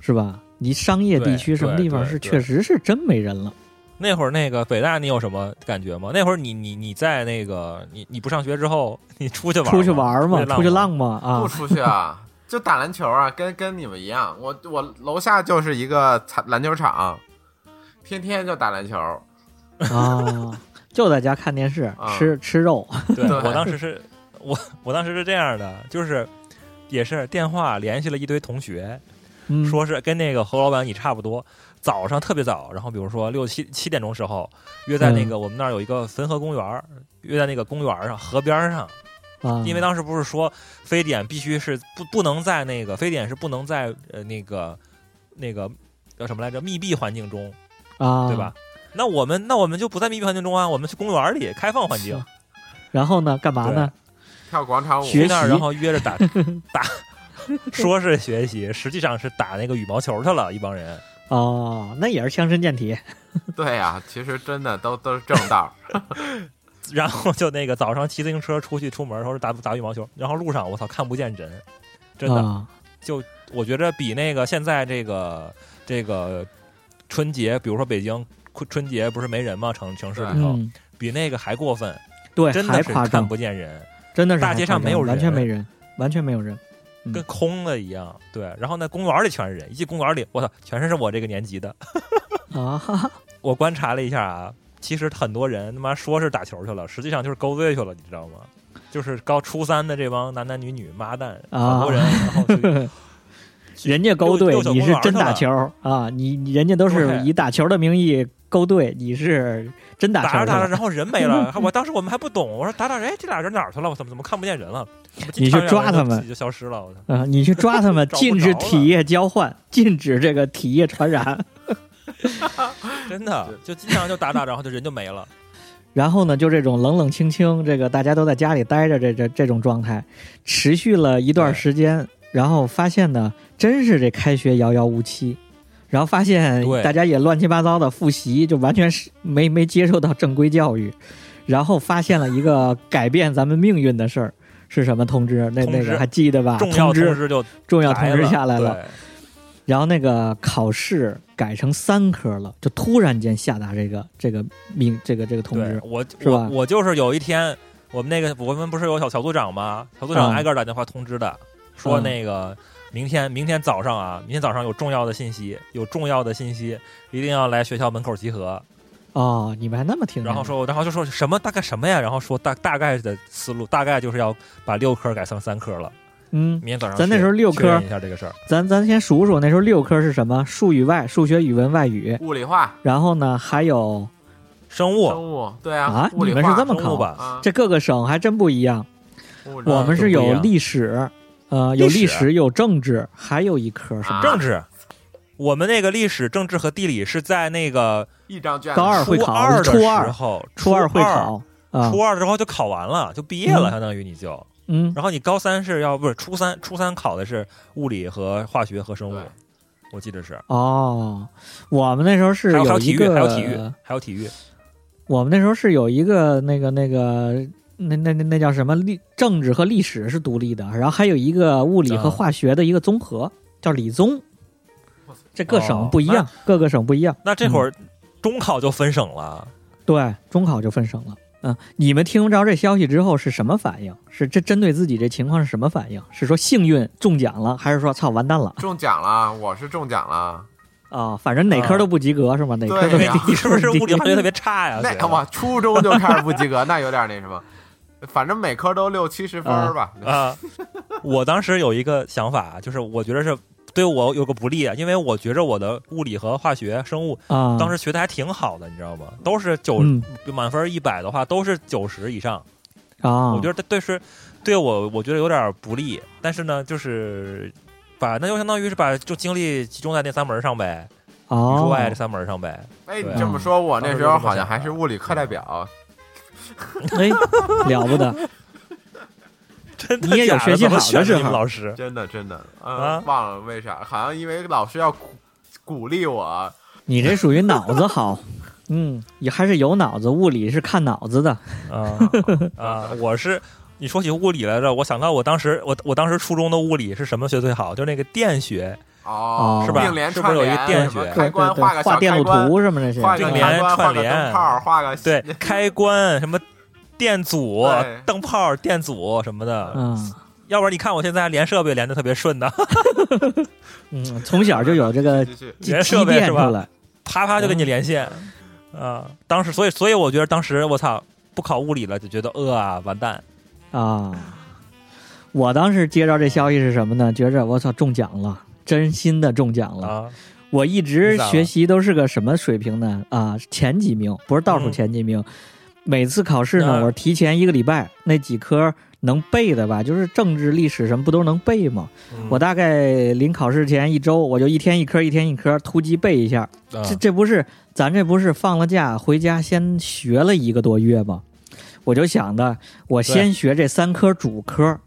是吧？你商业地区对什么地方对是对确实是真没人了。那会儿那个北大，你有什么感觉吗？那会儿你你你在那个你你不上学之后，你出去玩出去玩嘛，嘛，出去浪嘛不啊！出去啊， 就打篮球啊，跟跟你们一样，我我楼下就是一个篮篮球场，天天就打篮球。啊，就在家看电视，啊吃吃肉。对对我当时是，我我当时是这样的，就是也是电话联系了一堆同学，嗯说是跟那个侯老板你差不多，早上特别早，然后比如说六七七点钟时候，约嗯在那个我们那儿有一个汾河公园儿，约在那个公园儿上河边儿上，啊，因为当时不是说非典必须是不不能在那个非典是不能在呃那个那个叫什么来着密闭环境中，啊，对吧？？那我们那我们就不在密闭环境中啊，我们去公园儿里开放环境，然后呢，干嘛呢？跳广场舞，学去那儿习然后约 着打打，说是学习，实际上是打那个羽毛球去了，一帮人。哦，那也是强身健体。对呀、其实真的都都是正 道儿。然后就那个早上骑自行车出去出门，然后打打羽毛球，然后路上我操看不见人，真的，啊我觉着比那个现在这个这个春节，比如说北京春春节不是没人吗？城城市里头、嗯，比那个还过分，对，真还的是夸看张，嗯不见人，真的是大还街夸上张没有完全人没人，完全没有人。嗯跟空了一样。对，然后那公园里全是人，一进公园里，我操，全是我这个年级的。 啊，哈哈我观察了一下啊，其实很多人他妈说是打球去了，实际上就是勾兑去了，你知道吗？就是高初三的这帮男男女女妈蛋，啊很多人，然后就人家勾遛兑遛小，你公是园真去打了球啊！你你人家都是对以打球的名义勾兑，你是真打球打着打着，去了然后人没 了。我当时我们还不懂，我说打着，哎，这俩人哪儿去了？我怎么怎么看不见人了？我进你去场抓园他就们自己就消失了。我操！啊！你去抓他们， 找不禁止着了体液交换，禁止这个体液传染。真的，就经常就打打，然后就人就没了。然后呢，就这种冷冷清清，这个大家都在家里待着，这这这种状态持续了一段对时间，然后发现呢，真是这开学遥遥无期，然后发现对大家也乱七八糟的复习，就完全是没没接受到正规教育，然后发现了一个改变咱们命运的事儿是什么通知？那通知那个还记得吧？重要啊通知知就重要来通知下来了，对然后那个考试改成三科了，就突然间下达这个这个命这个这个通对知，我是吧我我就是有一天，我们那个我们不是有小小组长吗？小组嗯长挨个儿打电话通知的，说嗯那个明天明天早上啊，明天早上有重要的信息，有重要的信息，一定要来学校门口集合。哦，你们还那么听？然后说，然后就说什么大概什么呀？然后说大大概的思路，大概就是要把六科改成三科了。嗯，明天早上咱那确时候六确认科一下这个事儿，咱咱先数数，那时候六科是什么？数语外、数学、语文、外语，物理化、然后呢还有生物生物，对啊物理你化们是这么生物吧，嗯啊，这各个省还真不一样。物理我们是不一有样历史，呃，有历历史，史有政治，还有一科什么？啊政治。我们那个历史、政治和地理是在那个一张卷子高二会初考二的初时二候，初二会，考啊初，二之后就考完了，就毕业了，嗯相当于你就。嗯，然后你高三是要不是初三，初三考的是物理和化学和生物对，我记得是。哦，我们那时候是还有还有体一育，个还有体育，还有体育。我们那时候是有一个那个那个那那那那叫什么历政治和历史是独立的，然后还有一个物理和啊化学的一个综合，叫理综我操。这各省哦不一样，各个省不一样。那这会儿嗯中考就分省了，对，中考就分省了。嗯，你们听着这消息之后是什么反应？是这针对自己这情况是什么反应？是说幸运中奖了，还是说操完蛋了中奖了，我是中奖了。啊？反正哪科都不及格、是吗？哪科都对对呀你是不 是物理化学特别差呀？那觉得我初中就开始不及格，那 有点那什么，反正每科都六七十分儿吧。啊，我当时有一个想法，就是我觉得是对我有个不利啊，因为我觉着我的物理和化学、生物啊？当时学的还挺好的，你知道吗？都是九、嗯满分一百的话，都是九十以上。啊，我觉得对是对我，我觉得有点不利。但是呢，就是把那就相当于是把就精力集中在那三门上呗，语数哦外这三门上呗。哎，对啊你这么说，我那时候好像还是物理课代表，哎，了不得，真的你也有假的学习怎好么的选时你们候老师真的真的，啊嗯，忘了为啥，好像因为老师要鼓鼓励我，哦你这属于脑子 好，嗯，也还是有脑子，物理是看脑子的啊啊！我是你说起物理来着，我想到我当时我我当时初中的物理是什么学最好，就那个电学哦，哦是吧并联是不是串有一联，个电什么学对哎开关对对画个小画电开路关，图什么这些，画个并开联关，画串个灯联泡，画个对开关什么。电阻对、灯泡、电阻什么的，嗯要不然你看我现在连设备连的特别顺的， 嗯，从小就有这个继续积连积设备淀是出吧来，啪啪就给你连线，嗯啊！当时，所以，所以我觉得当时我操，不考物理了就觉得呃啊，完蛋，啊！我当时接到这消息是什么呢？觉着我操中奖了，真心的中奖了。啊，我一你直咋了学习都是个什么水平呢？啊，前几名，不是倒数嗯前几名。每次考试呢，嗯我是提前一个礼拜，那几科能背的吧，就是政治、历史什么不都能背吗？嗯我大概临考试前一周，我就一天一科，一天一科突击背一下。啊这这不是咱这不是放了假回家先学了一个多月吗？我就想的，我先学这三科主科，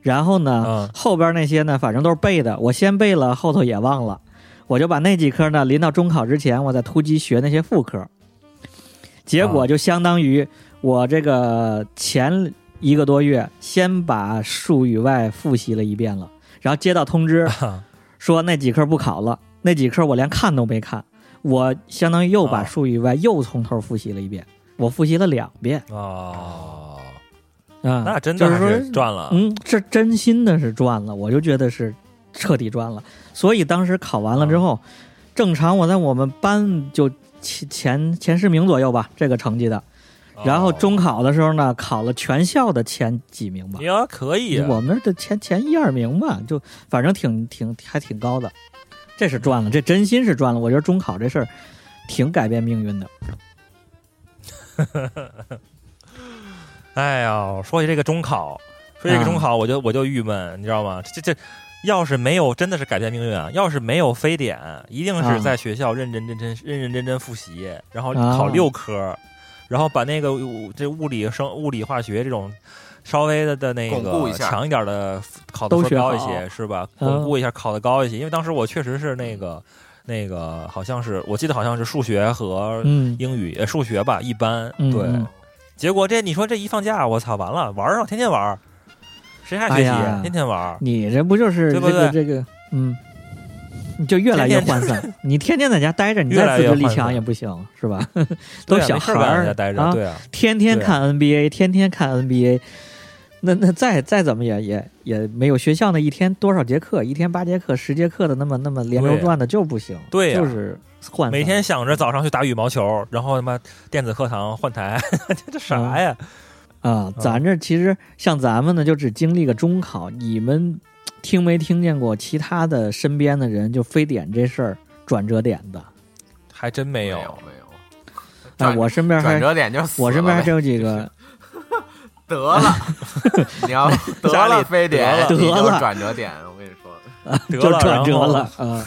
然后呢，嗯后边那些呢，反正都是背的，我先背了，后头也忘了，我就把那几科呢，临到中考之前，我再突击学那些副科。结果就相当于我这个前一个多月先把数语外复习了一遍了，然后接到通知啊说那几科不考了，那几科我连看都没看，我相当于又把啊数语外又从头复习了一遍，我复习了两遍哦，啊，那真的就是还说是赚了，嗯，这真心的是赚了，我就觉得是彻底赚了。所以当时考完了之啊后，正常我在我们班就前前前十名左右吧，这个成绩的。哦然后中考的时候呢，考了全校的前几名吧，呀可以啊，我们那儿的前前一二名吧，就反正挺挺还挺高的，这是赚了，这真心是赚了。我觉得中考这事儿挺改变命运的。哎呀，说起这个中考，说起嗯这个中考，我就我就郁闷，你知道吗？这这，要是没有真的是改变命运啊！要是没有非典，一定是啊在学校认认真真、认认真真复习，然后啊考六科，然后把那个物这物理、生物理、化学这种稍微的的那巩固个一下强一点的考的都分学高一好些，是吧？嗯巩固一下，考的高一些。因为当时我确实是那个那个，好像是我记得好像是数学和嗯，英语、呃数学吧，一般嗯对。嗯结果这你说这一放假，我操，完了，玩儿上天天玩儿，谁还学哎习？呀天天玩儿，你这不就是对这不个这对个嗯，你就越来越涣散。你天天在家待着，你越再来自越制力涣散强也不行，是吧？ 对都啊小没孩事儿干在家儿待着，啊，对啊，天天看 NBA，天天看 NBA。那那再再怎么也也也没有学校那一天多少节课，一天八节课、十节课的那么那么连轴对啊转的就不行，对呀就是涣散。每天想着早上去打羽毛球，然后他妈电子课堂换台， 这这嗯啥呀？嗯啊，咱这其实像咱们呢，就只经历个中考。你们听没听见过其他的身边的人就非典这事儿转折点的？还真没没有，没有，哎，转我身边转还折点就死了我身边还呗真有几 个，得 了，你要得家了里非典，得了你就得了转折点，我跟你说，得就了转折了，啊。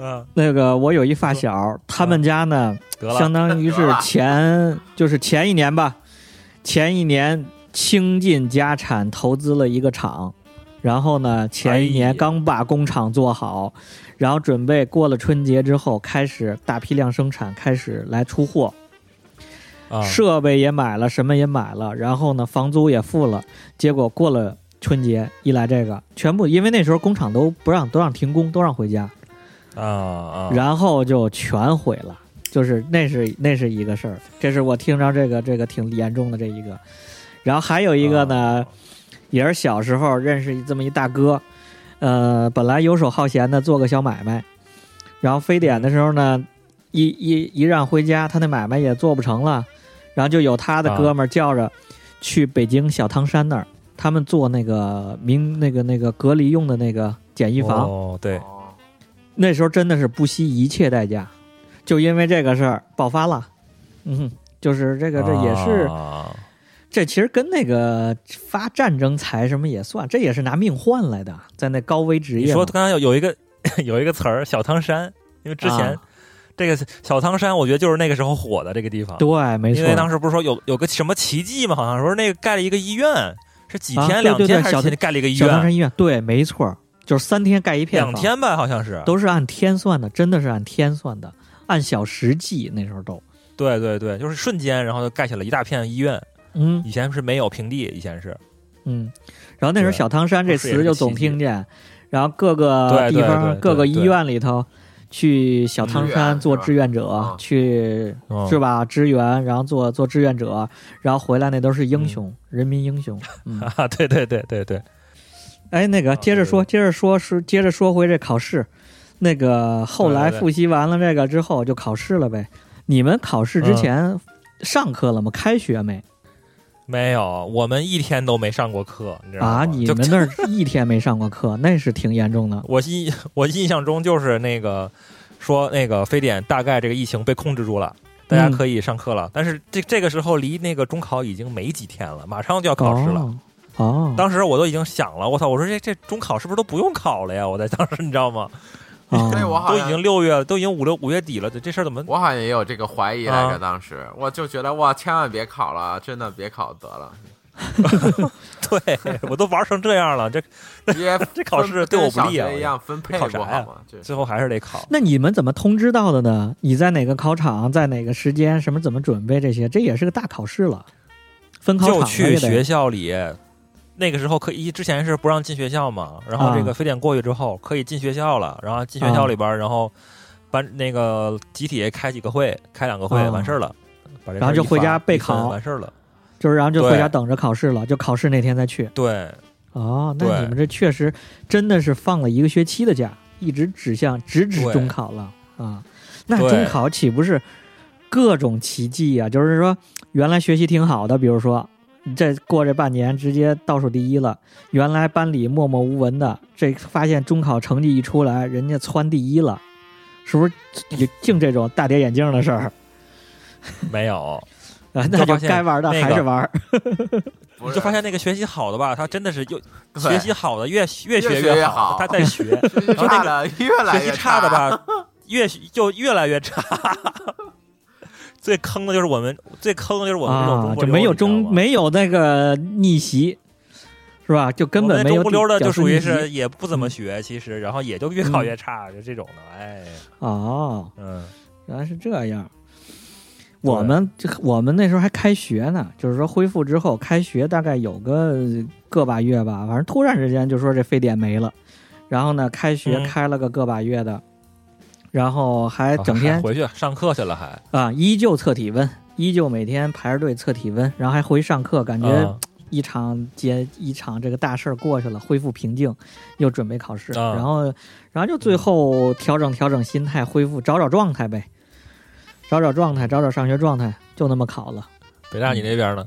嗯，那个我有一发小，他们家呢，得了，相当于嗯得是了前就是前一年吧，前一年倾尽家产投资了一个厂，然后呢，前一哎年呀刚把工厂做好，然后准备过了春节之后开始大批量生产，开始来出货。啊设备也买了，什么也买了，然后呢，房租也付了，结果过了春节一来，这个全部因为那时候工厂都不让都让停工，都让回家，啊啊，然后就全毁了。就是那是那是一个事儿，这是我听着这个这个挺严重的这一个，然后还有一个啊呢，也是小时候认识这么一大哥，呃，本来游手好闲的做个小买卖，然后非典的时候呢，一一一让回家，他那买卖也做不成了，然后就有他啊的哥们儿叫着去北京小汤山那儿，他们做那个民那个那个隔离用的那个简易房，哦，对，哦那时候真的是不惜一切代价，就因为这个事儿爆发了，嗯哼。就是这个，这也是、啊这其实跟那个发战争财什么也算，这也是拿命换来的，在那高危职你业嘛。说刚刚有有一个 有一个词儿小汤山，因为之前啊这个小汤山，我觉得就是那个时候火的这个地方，对，没错。因为当时不是说有有个什么奇迹嘛，好像说那个盖了一个医院，是几天、啊对两对天对还是小几天盖了一个医小汤院？山医院，对，没错，就是三天盖一片两房，天吧，好像是。都是按天算的，真的是按天算的，按小时计那时候都，对对对，就是瞬间，然后就盖起了一大片医院。嗯以前是没有平地，以前是嗯，然后那时候对小汤山这词就总听见，然后各个对对地对方对各个对医院里头去小汤志愿山做是吧志愿者嗯，去嗯是吧支援，然后做做志愿者，然后回来那都是嗯英雄，人民英 雄，嗯。啊，对对对对对，哎，那个啊接着说，接着说，是接着说回这考试。那个后来对对对复习完了这个之后嗯就考试了呗。你们考试之前上课了吗？开学没？没有，我们一天都没上过课，你知道吗？啊，你就们那儿一天没上过 课，那是挺严重的。我印我印象中就是那个说那个非典大概这个疫情被控制住了，大家嗯可以上课了，但是这这个时候离那个中考已经没几天了，马上就要考试了。哦，哦当时我都已经想了，我操！我说这这中考是不是都不用考了呀？我在当时你知道吗？哦所以我好都已像经六月，都已经五六五月底了，这这事儿怎么？ 我好像也有这个怀疑来啊着，当时我就觉得哇，千万别考了，啊真的别考得了，对我都玩成这样了，这因为 这考试分对我跟不利啊小学一样分配考啥不好呀吗？这最后还是得考。那你们怎么通知到的呢？你在哪个考场，在哪个时间，什么怎么准备这些，这也是个大考试了。分考场就了去也得学校里，那个时候可以之前是不让进学校嘛，然后这啊个非典过去之后可以进学校了，然后进学校里边儿，然后班那个集体开几个会，开两个会、啊完事儿了，把这然后事儿就回家一发备一分考完事儿了。就是然后就对回家等着考试了，就考试那天再去。对，哦，那对你们这确实真的是放了一个学期的假，一直指向直指对中考了啊。那对中考岂不是各种奇迹啊？就是说，原来学习挺好的，比如说这过这半年直接倒数第一了；原来班里默默无闻的，这发现中考成绩一出来，人家窜第一了，是不是？也净这种大跌眼镜的事儿没有，啊？就那就发现该玩的那个还是玩儿。不你是就发现那个学习好的吧，他真的是又对学习好的越越越学学越好好，他在学学习然后那差个的越来学习越差的，吧，越就越来越差。 最坑的就是我们，最坑的就是我们这种中啊，就国流没有你知道吗中没有那个逆袭，是吧？就根我本们没中有不溜儿的，屌就丝属于逆袭是也不怎么学，嗯其实，然后也就越考越差，就这种的，哎，哦，嗯，原来是这样。对我们这我们那时候还开学呢，就是说恢复之后开学大概有个个把月吧，反正突然之间就说这非典没了，然后呢开学嗯开了个个把月的，然后还哎整哦还天回去上课去了，还啊依旧测体温，依旧每天排着队测体温，然后还回上课，感觉嗯一场接一场这个大事儿过去了，恢复平静，又准备考试，啊嗯然后然后就最后调整调整心态，恢复找找状态呗，找找状态，找找上学状态，就那么考了。北大你那边呢？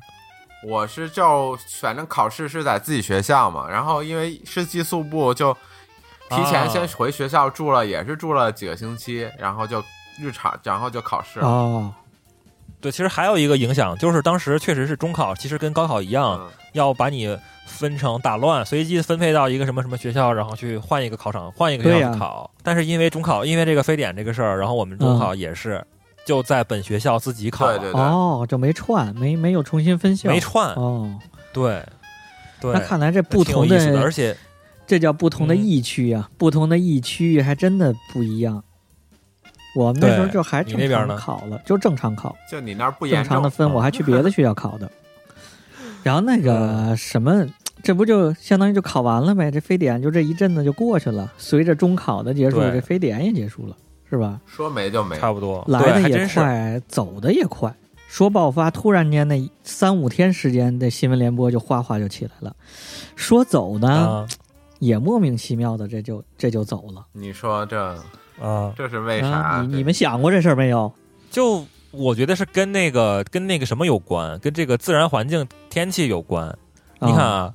我是就反正考试是在自己学校嘛，然后因为是寄宿部，就提前先啊回学校住了，也是住了几个星期，然后就日常，然后就考试了。哦，对，其实还有一个影响就是当时确实是中考，其实跟高考一样，嗯要把你分成打乱，随机分配到一个什么什么学校，然后去换一个考场，换一个学对校呀去考。但是因为中考，因为这个非典这个事儿，然后我们中考也是、就在本学校自己考了，啊对对对，哦，就没串，没没有重新分校，没串，哦。对对那，看来这那不挺有同意思的，而且这叫不同的嗯疫区呀、不同的疫区还真的不一样。我们那时候对就还你正那边常呢考了，就正常考。就你那儿不严正常的重，分，我还去别的学校考 的。然后那嗯个什么，这不就相当于就考完了呗？这非典就这一阵子就过去了，随着中考的结束，对这非典也结束了，是吧？说没就没。差不多，来对的还也真是。快，走的也快。说爆发，突然间那三五天时间，这新闻联播就哗哗就起来了。说走呢，啊也莫名其妙的这就这就走了。你说这啊！这是为啥？啊，你这你们想过这事儿没有？就我觉得是跟那个跟那个什么有关，跟这个自然环境天气有关。你看啊啊，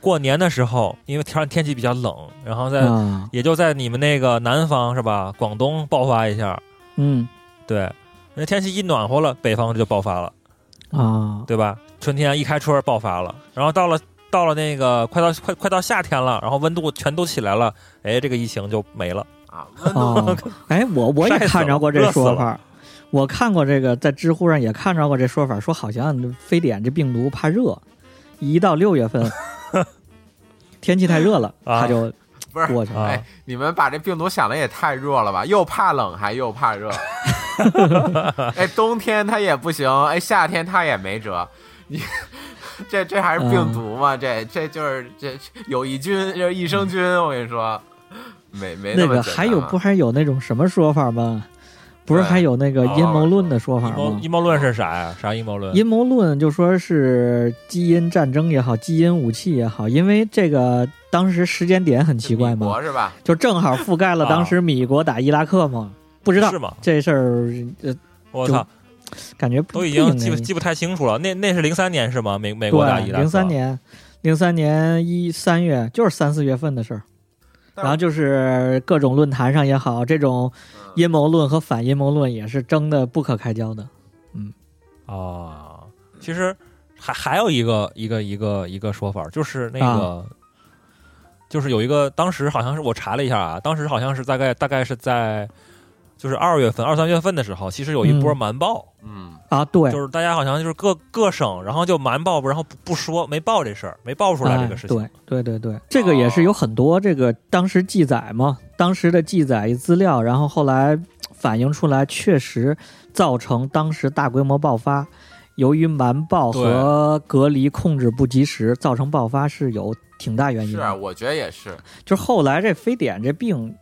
过年的时候，因为天天气比较冷，然后在、啊，也就在你们那个南方是吧？广东爆发一下，嗯对，那天气一暖和了，北方就爆发了，啊，对吧？春天一开春爆发了，然后到了到了那个快到快快到夏天了，然后温度全都起来了，哎，这个疫情就没了。啊，温度哦， 哎，我我也晒死看着了过这热死说了法儿，我看过这个在知乎上也看着过这说法儿，说好像非典这病毒怕热，一到六月 份天气太热了，它啊就不是过去了。啊哎，你们把这病毒想的也太弱了吧？又怕冷还又怕 热，哎，冬天它也不行，哎，夏天它也没辙。你这这还是嗯病毒吗？这这就是这有益菌，就是益生菌。我跟你说，没没嗯那么个简单还有啊不还有那种什么说法儿吗？不是对还有那个哦阴谋论的说法啊阴儿谋吗？阴谋论是啥呀？啥阴谋论？阴谋论就说是基因战争也好，基因武器也好，因为这个当时时间点很奇怪美嘛，国是吧？就正好覆盖了当啊时米国打伊拉克嘛，不知道是吗？这事儿呃我就操！感觉不都已不经应记不该记不太清楚了。那那是零三年是吗？美美国大对一，大零三，年，零三年一三月就是三四月份的事儿，但然后就是各种论坛上也好，这种嗯阴谋论和反阴谋论也是争的不可开交的。啊，其实还还有一个一个一个一个说法，就是那啊个，就是有一个当时好像是我查了一下啊，当时好像是大概大概是在就是二月份二三月份的时候，其实有一波嗯瞒报，嗯，啊，对，就是大家好像就是各各省，然后就瞒报，然后不不说没报这事儿，没报出来这个事情。哎对对对对，这个也是有很多这个当时记载嘛，当时的记载资料，然后后来嘖反映出来，确实造成当时大规模爆发。由于瞒报和隔离控制不及时，造成爆发是有挺大原因是的。啊，我觉得也是，就是后来这非典这病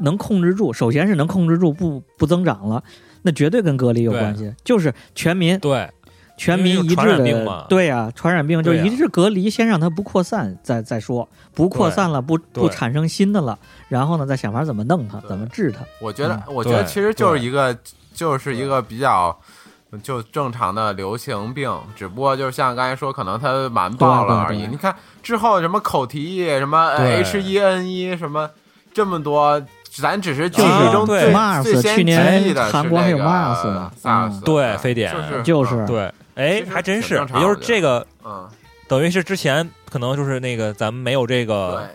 能控制住，首先是能控制住不不增长了，那绝对跟隔离有对关系，就是全民对，全民一因为致传染病的嘛，对呀、传染病就对啊呀一致隔离，先让它不扩散，再再说，不扩散了，不对不产生新的了，然后呢，再想法怎么弄它，对怎么治它。我觉得，我嗯觉对得其实就是对一个，就是一个比较。就正常的流行病，只不过就是像刚才说，可能它瞒报对对了而已。对你看之后什么口蹄疫、什么对 H 一 N 一、什么这么多，咱只是记就是忆中最、对最先去年记的是韩国还有这个 SARS 呢 SARS，嗯对非典就是就是对，其哎，实还真是，挺正常也就是的这个，嗯，等于是之前可能就是那个咱们没有这嗯对个，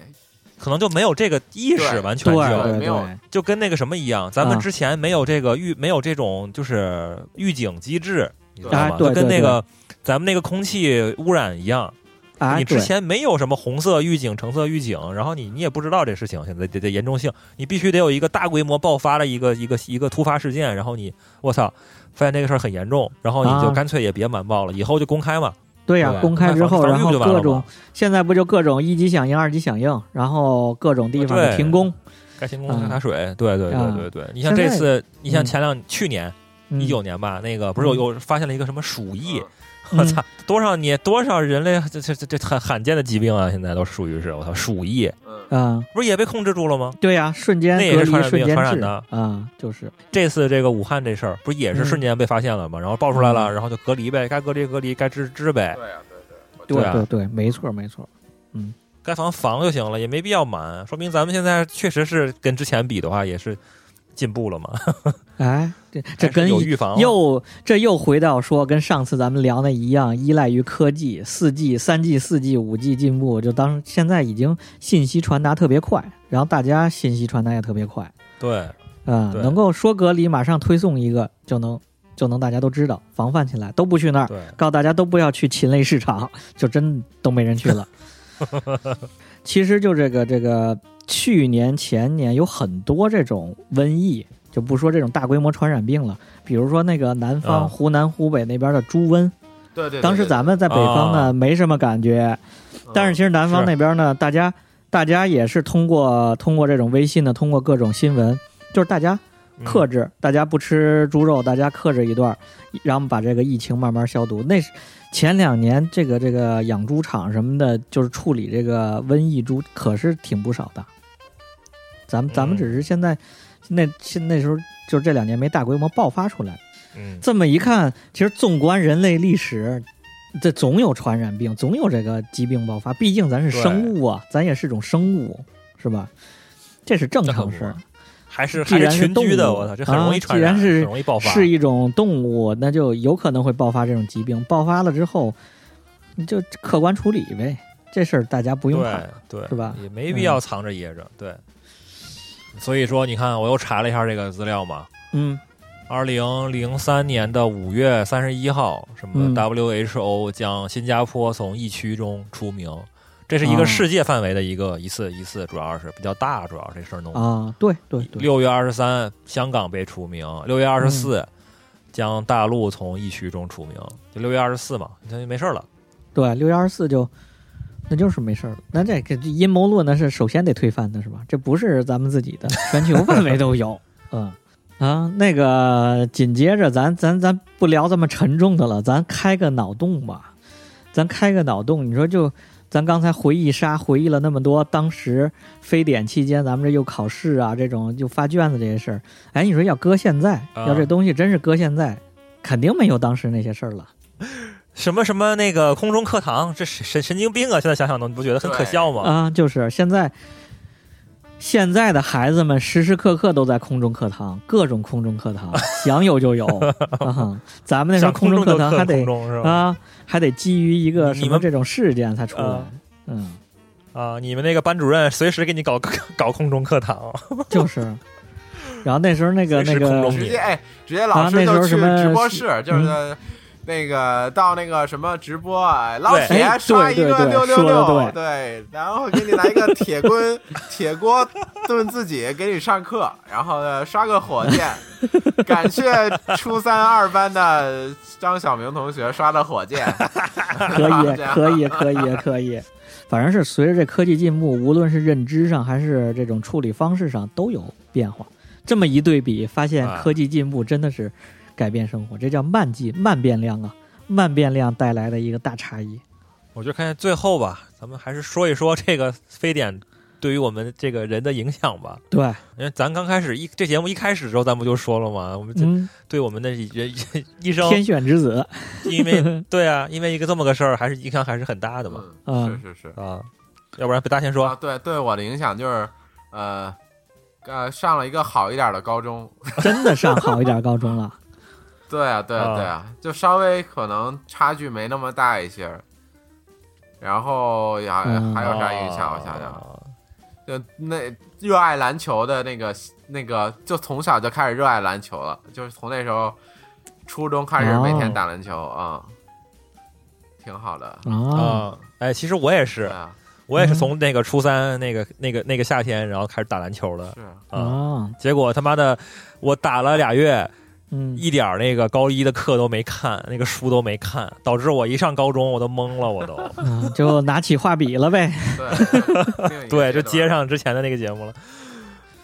可能就没有这个意识，对完全对就对没有对，就跟那个什么一样，咱们啊之前没有这个预没有这种就是预警机制，你知对道哎吗？对就跟对那个咱们那个空气污染一样，哎，你之对，前没有什么红色预警、橙色预警，然后你你也不知道这事情现在这这严重性，你必须得有一个大规模爆发的一个一个一个突发事件，然后你我操，发现这个事儿很严重，然后你就啊干脆也别瞒报了，以后就公开嘛，对呀、对啊公开之后，防然防御后就完了各种嘛现在不就各种一级响应、二级响应，然后各种地方的对停工。该停工喝茶水，对对啊对对对，你像现这在次，你像嗯前两去年嗯一九年吧，那个不是有有发现了一个什么鼠疫，嗯我操，多少年多少人类这这这这很罕见的疾病啊，现在都属于是我操鼠疫，嗯嗯嗯，不是也被控制住了吗？对呀、瞬间那也隔是离传，染瞬病间传染治的啊，就是这次这个武汉这事儿，不是也是嗯瞬间被发现了吗？然后爆出来了，嗯然后就隔离呗，该隔离隔离，该治治呗，对啊，对对，对我对啊对对，没错没错。该防防就行了，也没必要瞒。说明咱们现在确实是跟之前比的话，也是进步了嘛，哎，这这还是跟有一预防了又这又回到说跟上次咱们聊那一样，依赖于科技，四 G、三 G、四 G、五 G 进步，就当现在已经信息传达特别快，然后大家信息传达也特别快，对。啊、对能够说隔离，马上推送一个就能就能大家都知道，防范起来，都不去那儿，对，告诉大家都不要去禽类市场， 就真都没人去了。其实就这个这个去年前年有很多这种瘟疫，就不说这种大规模传染病了，比如说那个南方、嗯湖南、湖北那边的猪瘟，对对对，嗯当时咱们在北方呢、啊没什么感觉，但是其实南方是那边呢，大家大家也是通过通过这种微信呢，通过各种新闻，就是大家嗯克制，大家不吃猪肉，大家克制一段儿，然后把这个疫情慢慢消毒。那是前两年这个这个养猪场什么的，就是处理这个瘟疫猪，可是挺不少的。咱们咱们嗯只是现在、那现那时候就是这两年没大规模爆发出来。嗯，这么一看，其实纵观人类历史，这总有传染病，总有这个疾病爆发。毕竟咱是生物啊，咱也是种生物，是吧？这是正常事那可儿不，还是既还是然是群居动的，物我操，这很啊容易传既然染，是很容易爆发，是一种动物，那就有可能会爆发这种疾病。爆发了之后，你就客观处理呗，这事儿大家不用怕。对对，是吧嗯也没必要藏着掖着，对。所以说，你看，我又查了一下这个资料嘛，嗯二零零三年的五月三十一号，什么嗯 WHO 将新加坡从疫区中除名，这是一啊个世界范围的一个一次一次，主要是比较大，主要这事儿弄的。啊，对对对，六月二十三，香港被除名；六月二十四，嗯将大陆从疫区中除名。就六月二十四嘛，你看就没事儿了。对六月二十四就。那就是没事儿了，那这个阴谋论那是首先得推翻的，是吧？这不是咱们自己的，全球范围都有。嗯啊，那个紧接着咱咱咱不聊这么沉重的了，咱开个脑洞吧，咱开个脑洞。你说就咱刚才回忆杀回忆了那么多，当时非典期间咱们这又考试啊，这种又发卷子这些事儿，哎，你说要搁现在，啊要这东西真是搁现在，肯定没有当时那些事儿了。什么什么那个空中课堂，这神神神经病啊！现在想想都你不觉得很可笑吗？啊，就是现在，现在的孩子们时时刻刻都在空中课堂，各种空中课 堂，想有就有。啊哈，咱们那时候想空空中课就堂还刻得空中是吧？啊，还得基于一个你什么们这种事件才出来啊。嗯，啊，你们那个班主任随时给你搞 搞空中课堂， 就是。然后那时候那个随那时空个中直你接哎，直接老啊那师时就候去什么嗯直播室，就是是那个到那个什么直播，哎老对铁哎刷对一个对对六六说得六对，对，然后给你来一个铁棍铁锅炖自己，给你上课，然后呢刷个 火箭，感谢初三二班的张晓明同学刷的火 箭，可以这，样可以，可以，可以。反正是随着这科技进步，无论是认知上还是这种处理方式上都有变化。这么一对比，发现啊科技进步真的是改变生活，这叫慢进慢变量啊，慢变量带来的一个大差异。我就看最后吧，咱们还是说一说这个非典对于我们这个人的影响吧。对，因为咱刚开始一这节目一开始的时候，咱不就说了吗？我们这嗯，对我们的人一生，天选之子，因为对啊，因为一个这么个事儿，还是影响还是很大的嘛嗯，是是是。啊。要不然北大先啊，说，对对我的影响就是，呃，呃，上了一个好一点的高中。真的上好一点高中了。对啊，对啊，啊对啊，就稍微可能差距没那么大一些儿。然后呀，嗯还有啥影啊响？我想哦想，就那热爱篮球的那个那个，就从小就开始热爱篮球了，就是从那时候初中开始每天哦打篮球啊、挺好的。啊，啊，哎，其实我也对是，啊，我也是嗯从那个初三那个那个那个夏天，然后开始打篮球的是啊啊。啊，结果他妈的，我打了俩月，嗯，一点儿那个高一的课都没看，那个书都没看，导致我一上高中我都懵了，我都啊就拿起画笔了呗。对另一 个对，就阶接段上之前的那个节目了。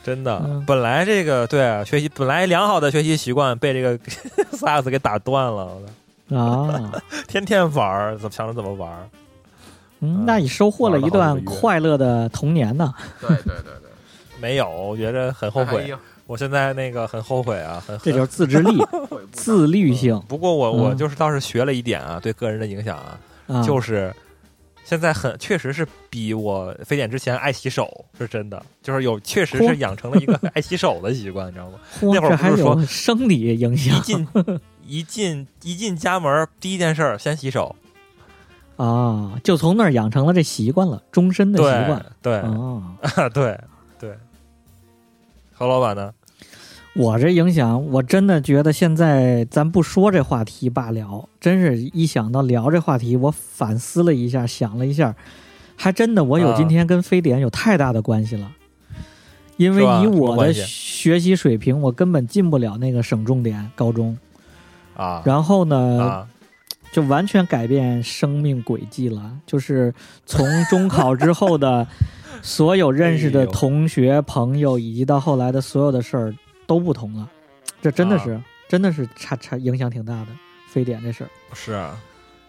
真的，嗯本来这个对啊学习本来良好的学习习惯被这个 SARS 给打断了，我操啊，天天玩儿，怎么想着怎么玩儿？嗯，那你收获了一玩了好段几个月快乐的童年呢。对对对对，没有，我觉得很后哎悔。 呦，我现在那个很后悔啊，很这就是自制力、悔不当自律性不过我我嗯就是倒是学了一点啊，对个人的影响啊，啊，就是现在很确实是比我非典之前爱洗手，是真的，就是有确实嚯是养成了一个爱洗手的习惯，你知道 吗？嚯那会儿这不还是说有生理影一响进一进一进家门，第一件事儿先洗手， 啊，就从那儿养成了这习惯了，终身的对习惯对、啊。 对对。何老板呢？我这影响，我真的觉得现在咱不说这话题罢了，真是一想到聊这话题，我反思了一下，想了一下，还真的我有啊今天跟非典有太大的关系了，因为是吧以什么我的关系学习水平，我根本进不了那个省重点高中，啊然后呢，啊就完全改变生命轨迹了。 就是从中考之后的所有认识哎的呦同学、朋友，以及到后来的所有的事儿都不同了。这真的啊是，真的是差差影响挺大的。非典这事儿，是啊，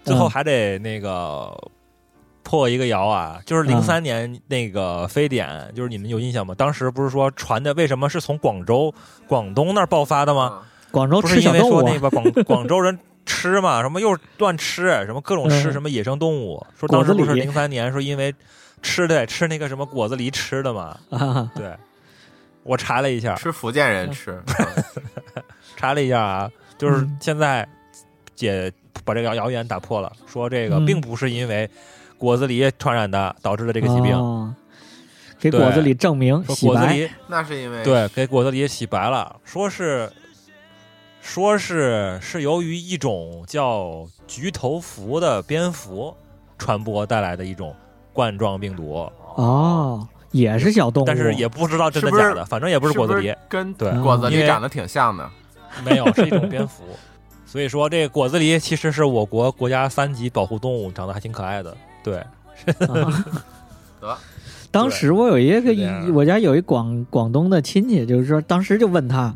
最后嗯还得那个破一个谣啊，就是嗯零三年那个非典，就是你们有印象吗？当时不是说传的为什么是从广州、广东那儿爆发的吗？嗯广州不吃是因小啊为动说物那个 广广州人吃嘛，什么又乱吃，什么各种吃嗯什么野生动物，说果当时子不是狸零三年说因为吃的吃那个什么果子狸吃的嘛， 啊，对。我查了一下，吃福建人吃，嗯查了一下啊，就是嗯现在姐把这个谣谣言打破了，说这个嗯并不是因为果子狸传染的导致的这个疾病，哦给果子对狸证明说洗果子白狸那是因为对给果子狸洗白了，说是说是是由于一种叫菊头蝠的蝙蝠传播带来的一种冠状病毒，哦，也是小动物，但是也不知道真的是不是假的，反正也不是果子狸，，跟对果子因狸为长得挺像的。 没有，是一种蝙蝠。所以说，这个果子狸其实是我国国家三级保护动物，长得还挺可爱的。对， 啊得当时我有一个是这样我家有一广广东的亲戚，就是说当时就问他，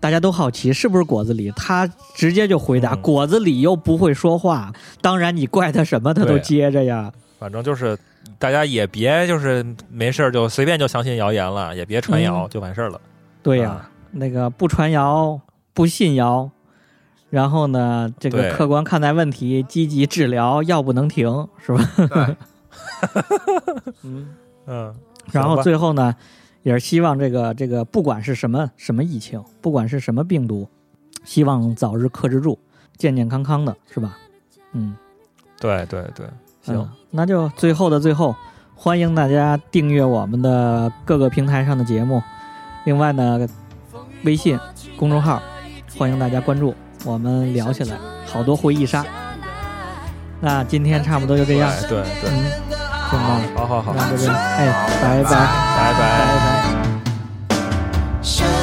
大家都好奇是不是果子狸，他直接就回答、嗯果子狸又不会说话，当然你怪他什么他都对接着呀，反正就是大家也别就是没事儿就随便就相信谣言了，也别传谣，就完事儿了。对呀、啊那个不传谣不信谣，然后呢，这个对客观看待问题，积极治疗，药不能停，是吧？对，嗯。嗯，然行后吧最后呢，也是希望这个这个不管是什么什么疫情，不管是什么病毒，希望早日克制住，健健康康的，是吧？嗯，对对对，嗯行，那就最后的最后，欢迎大家订阅我们的各个平台上的节目，另外呢，微信公众号欢迎大家关注，我们聊起来，好多回忆杀。那今天差不多就这样，哎对对对，嗯，行吧，好好好，那这个，哎，拜拜，嗯拜拜拜。拜。 Sugar